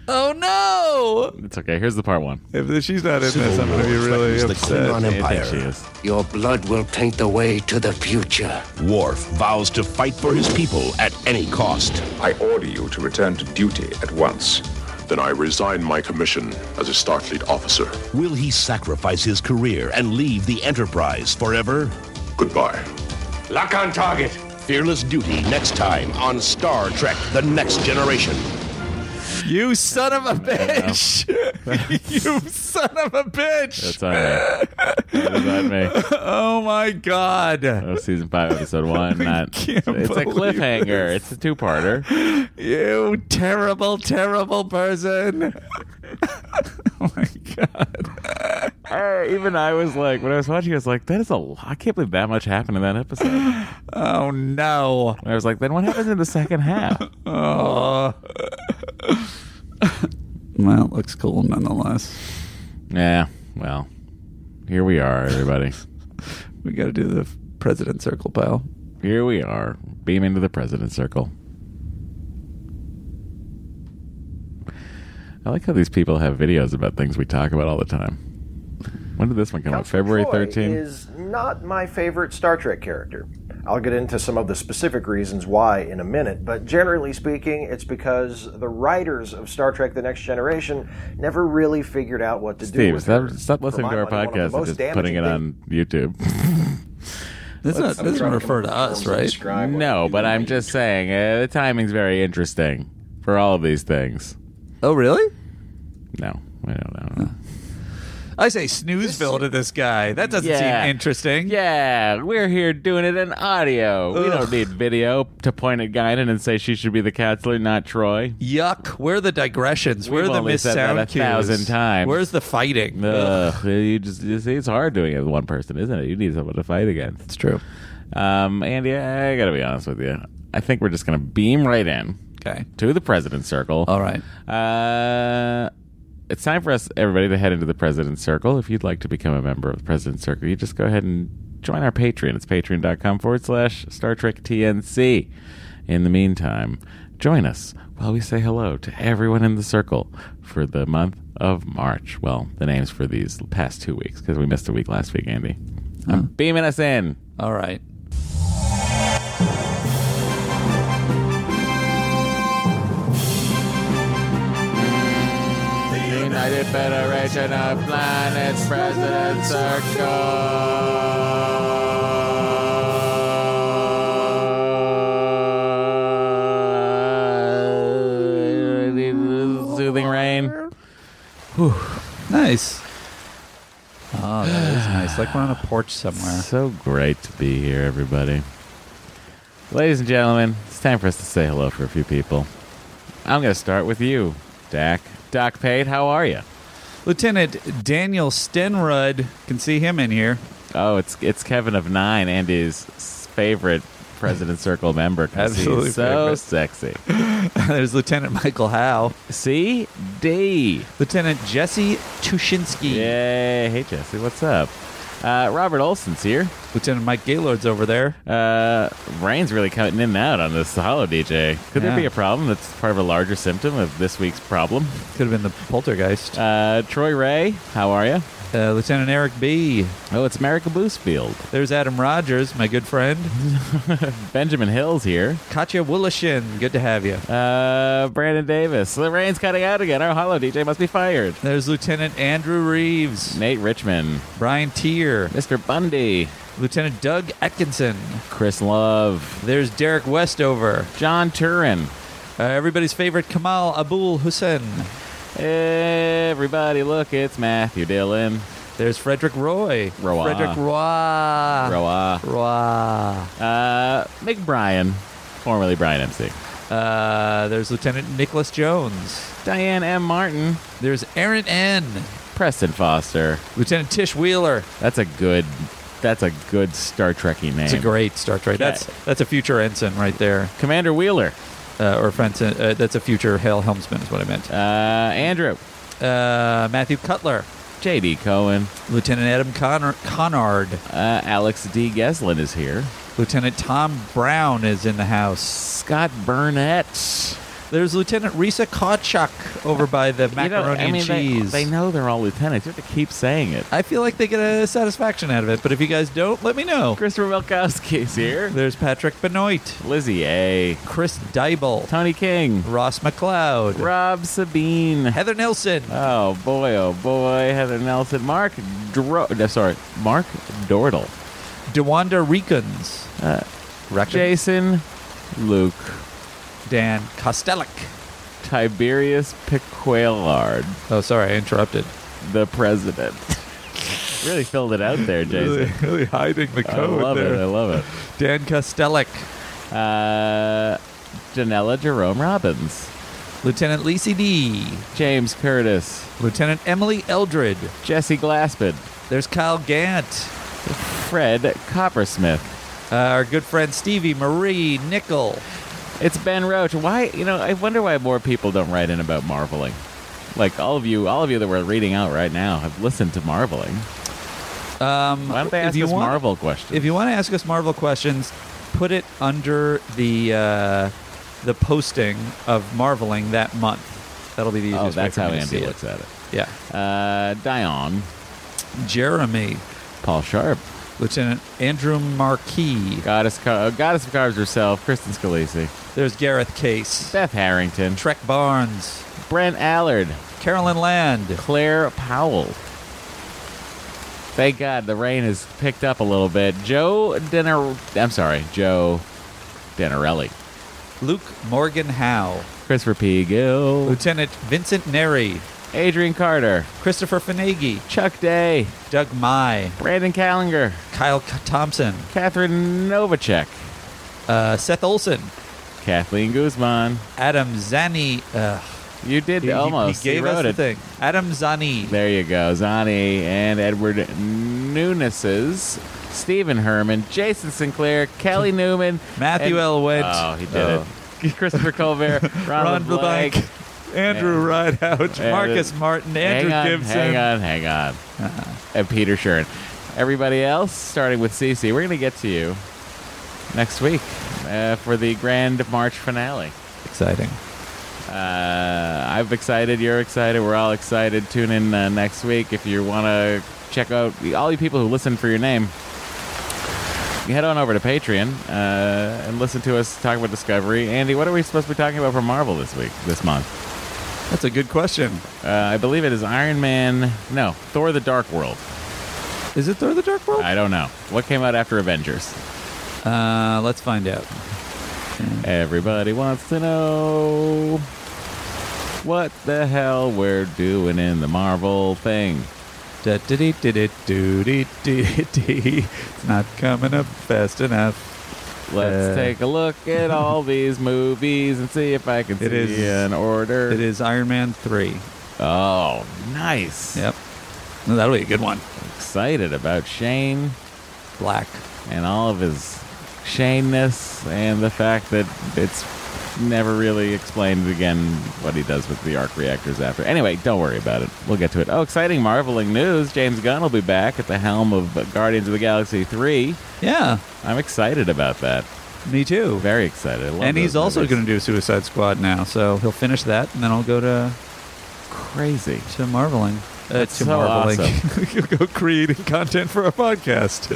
Oh no!
It's okay. Here's the part one.
If she's not in
this, I'm gonna be really
threatens
upset.
The Klingon
I think
Empire.
she is.
Your blood will paint the way to the future.
Worf vows to fight for his people at any cost. I order you to return to duty at once. Then I resign my commission as a Starfleet officer.
Will he sacrifice his career and leave the Enterprise forever?
Goodbye.
Lock on target. Fearless duty next time on Star Trek The Next Generation.
You son of
*laughs*
a bitch! *laughs* you son of a bitch!
That's on me. That is on me.
Oh my god! That
was season
*laughs*
five, episode one. Not, it's a
believe
cliffhanger. It's a two-parter.
You terrible, terrible
*laughs*
person!
Uh, even I was like, when I was watching, I was like, that is a lot. I can't believe that much happened in
*laughs*
that episode.
Oh no!
I was like, then what happens in the second half?
Oh. *laughs* Well, it looks cool nonetheless.
Yeah. Well, here we are, everybody.
we got to do the president circle, pal.
Here we are. Beam into the president circle. I like how these people have videos about things we talk about all the time. When did this one come out? February
Troy
13th?
is not my favorite Star Trek character. I'll get into some of the specific reasons why in a minute, but generally speaking, it's because the writers of Star Trek: The Next Generation never really figured out what to do
Steve,
with
stop,
her.
stop
For
listening
my
to our
money, one of the
podcast and
most
just
damaging
putting it
things-
on YouTube.
*laughs*
That's not, that doesn't refer to us, right?
No, but I'm just saying uh, the timing's very interesting for all of these things.
Oh, really?
No, I don't know.
I say snoozeville to this guy. That doesn't
Yeah.
seem interesting.
Yeah, we're here doing it in audio. We
Ugh.
don't need video to point at Guinan and say she should be the counselor, not Troy.
Yuck! Where are the digressions? Where
We've
are the
only
missed
said that
sound
a
cues?
thousand times.
Where's the fighting?
Ugh, you just, you see, it's hard doing it with one person, isn't it? You need someone to fight against. It's
true.
Um, Andy, I gotta be honest with you. I think we're just gonna beam right in.
Okay.
To the president's circle.
All right.
Uh, it's time for us, everybody, to head into the president's circle. If you'd like to become a member of the president's circle, you just go ahead and join our Patreon. It's patreon.com forward slash Star Trek TNC. In the meantime, join us while we say hello to everyone in the circle for the month of March. Well, the names for these past two weeks because we missed a week last week, Andy. I'm beaming us in.
All right.
The
United Federation of Planets President Circle. Soothing rain.
Whew. Nice. Oh, that is nice. Like we're on a porch somewhere.
So great to be here, everybody. Ladies and gentlemen, it's time for us to say hello for a few people. I'm going to start with you, Dak. Doc Pate, how are you?
Lieutenant Daniel Stenrud. Can see him in here. *laughs*
Oh, it's it's Kevin of Nine and his favorite President Circle member. 'cause he's
Absolutely
so
favorite.
sexy.
There's Lieutenant Michael Howe.
C D.
Lieutenant Jesse Tushinsky.
Yay. Hey, Jesse, what's up? Uh, Robert Olson's here.
Lieutenant Mike Gaylord's over there.
Uh, rain's really cutting in and out on this hollow DJ. Could there
Yeah.
be a problem that's part of a larger symptom of this week's problem?
Could have been the poltergeist.
Uh, Troy Ray, how are you?
Uh, Lieutenant Eric B.
Oh, it's Merrick Boosfield.
There's Adam Rogers, my good friend.
Benjamin Hill's here.
Katya Willishin, good to have you.
Uh, Brandon Davis. The rain's cutting out again. Our hollow DJ must be fired.
There's Lieutenant Andrew Reeves.
Nate Richmond.
Brian Tier.
Mr. Bundy.
Lieutenant Doug Atkinson.
Chris Love.
There's Derek Westover.
John Turin.
Uh, everybody's favorite Kamal Abul Hussein.
Everybody, look, it's Matthew Dillon.
There's Frederick Roy.
Roy.
Frederick Roy.
Roa.
Roy.
Uh, McBrien, formerly Brian MC.
Uh, there's Lieutenant Nicholas Jones.
Diane M. Martin.
There's Aaron N.
Preston Foster.
Lieutenant Tish Wheeler.
That's a good. That's a good Star Trekky name.
It's a great Star Trek. That's that's a future ensign right there,
Commander Wheeler.
uh, or ensign. Uh, that's a future Hale helmsman is what I meant.
Uh, Andrew.
Uh, Matthew Cutler,
J.D. Cohen.
Lieutenant Adam Connor- Connard,
Uh, Alex D. Geslin is here.
Lieutenant Tom Brown is in the house.
Scott Burnett.
There's Lieutenant Risa Kotchuk over by the
You know,
macaroni
I mean,
and
they-
cheese.
They, know they're all lieutenants. You have to keep saying it.
I feel like they get a satisfaction out of it, but if you guys don't, let me know.
Christopher Melkowski's here.
There's Patrick Benoit,
Lizzie A.
Chris Dybel,
Tony King.
Ross McLeod,
Rob Sabine.
Heather Nelson,
Oh boy, oh boy, Heather Nelson, Mark Dro- no, sorry, Mark Dordle,
DeWanda Reekins,
Uh,
Reckon-
Jason, Luke,
Dan Kostelik.
Tiberius Piquelard,
Oh, sorry, I interrupted.
the president. really filled it out there, Jason.
*laughs* really hiding the
I love it. I love it.
Dan Kostelik,
Uh, Janella Jerome Robbins,
Lieutenant Lisi D,
James Curtis,
Lieutenant Emily Eldred.
Jesse Glaspin,
There's Kyle Gant,
Fred Coppersmith.
uh, our good friend Stevie Marie Nickel.
It's Ben Roach. Why, you know, I wonder why more people don't write in about marveling. Like all of you, all of you that we're reading out right now have listened to marveling.
Um,
Why don't they
if
ask
you
us
want-
Marvel questions?
If you want to ask us Marvel questions, put it under the uh, the posting of Marveling that month. That'll be the easiest.
oh, that's
way for
how
me to
Andy
see
looks at it.
It. Yeah,
Uh, Dion,
Jeremy,
Paul Sharp,
Lieutenant Andrew Marquis.
Goddess, Car- uh, Goddess of Cars herself, Kristen Scalise,
There's Gareth Case,
Beth Harrington,
Trek Barnes,
Brent Allard,
Carolyn Land.
Claire Powell. Thank God the rain has picked up a little bit. Joe Denner, I'm sorry, Joe Denarelli,
Luke Morgan Howe,
Christopher P. Gill,
Lieutenant Vincent Neri,
Adrian Carter,
Christopher Finaghi,
Chuck Day,
Doug Mai,
Brandon Callinger,
Kyle K- Thompson,
Catherine Novacek,
uh, Seth Olson,
Kathleen Guzman.
Adam Zani. Uh,
You did
he- he-
almost.
He,
You
gave us
wrote
the
it.
thing. Adam Zani.
There you go. Zani and Edward Nunes's, Stephen Herman, Jason Sinclair,
*laughs*
Kelly Newman,
Matthew
and-
L. Went.
Oh, he did
Oh.
it. Christopher Colbert,
*laughs*
Ron
Ron
Blake.
LeBlanc, *laughs* Andrew Rideout,
And-
Marcus Martin, Andrew
hang on,
Gibson. Uh-uh.
Hang on, hang on. And Peter Shern. Everybody else, starting with Cece, we're going to get to you next week uh, for the Grand March finale.
Exciting.
Uh, I'm excited. You're excited. We're all excited. Tune in uh, next week if you want to check out all you people who listen for your name. you Head on over to Patreon uh, and listen to us talk about Discovery. Andy, what are we supposed to be talking about for Marvel this week, this month?
That's a good question.
Uh, I believe it is Iron Man. No, Thor: The Dark World.
Is it Thor: The Dark World?
I don't know. What came out after Avengers?
Uh, let's find out.
Everybody wants to know what the hell we're doing in the Marvel thing.
*laughs* It's not coming up fast enough.
Let's
Uh,
take a look at
*laughs*
all these movies and see if I can see
It is
an order.
It is Iron Man three.
Oh, nice.
Yep. Well, that'll be a good one.
Excited about Shane
Black
and all of his Shaneness and the fact that it's never really explained again what he does with the arc reactors after. Anyway, don't worry about it. We'll get to it. Oh, exciting, marveling news. James Gunn will be back at the helm of uh, Guardians of the Galaxy 3.
Yeah.
I'm excited about that.
Me too.
Very excited. I love
and he's
those
also
movies.
going to do Suicide Squad now, so he'll finish that, and then I'll go to
crazy
to marveling. Uh,
That's
to
so
marveling. *laughs*
awesome.
He'll go creating content for our podcast.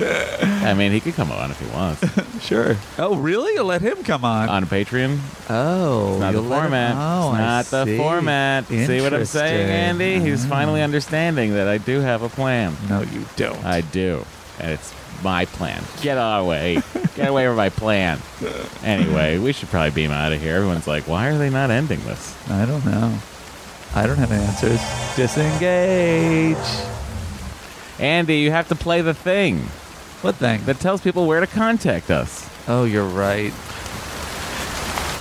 *laughs*
I mean, he could come on if he wants.
sure. Oh, really? You'll let him come on
on Patreon?
Oh,
Uh, It's not the
you'll let him-
format.
oh, I
it's not the
see.
format. See what I'm saying,
Interesting.
Andy? He's finally understanding that I do have a plan.
No, you don't.
I do. And it's my plan. Get away. Get away from my plan. Anyway, we should probably beam out of here. Everyone's like, why are they not ending this?
I don't know. I don't have answers. Disengage.
Andy, you have to play the thing.
What thing?
That tells people where to contact us.
Oh, you're right.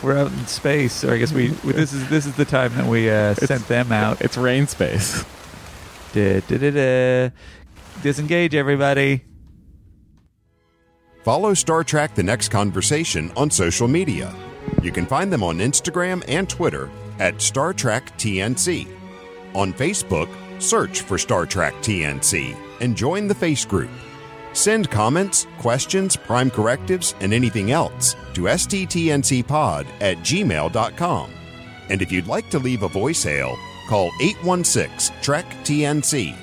We're out in space, or I guess we. we- This is this is the time that we uh, sent them out.
It's rain space.
Da, da, da, da. Disengage, everybody.
Follow Star Trek The Next Conversation on social media. You can find them on Instagram and Twitter at Star Trek TNC. On Facebook, search for Star Trek TNC and join the Face Group. Send comments, questions, prime correctives, and anything else to sttncpod at gmail.com. And if you'd like to leave a voicemail, call 816 Trek TNC.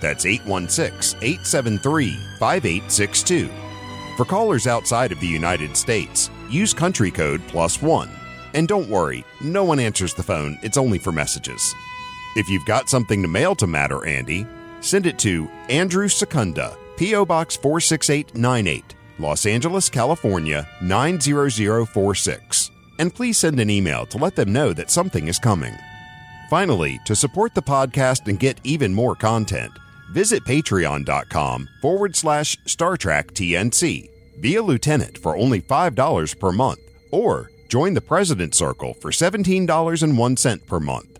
That's 816 873 5862. For callers outside of the United States, use country code plus one. And don't worry, no one answers the phone, it's only for messages. If you've got something to mail to Matter Andy, send it to Andrew Secunda, P.O. Box 46898, Los Angeles, California 90046. And please send an email to let them know that something is coming. Finally, to support the podcast and get even more content, visit patreon.com forward slash Star Trek TNC. Be a lieutenant for only $5 per month, or join the President Circle for $17.01 per month.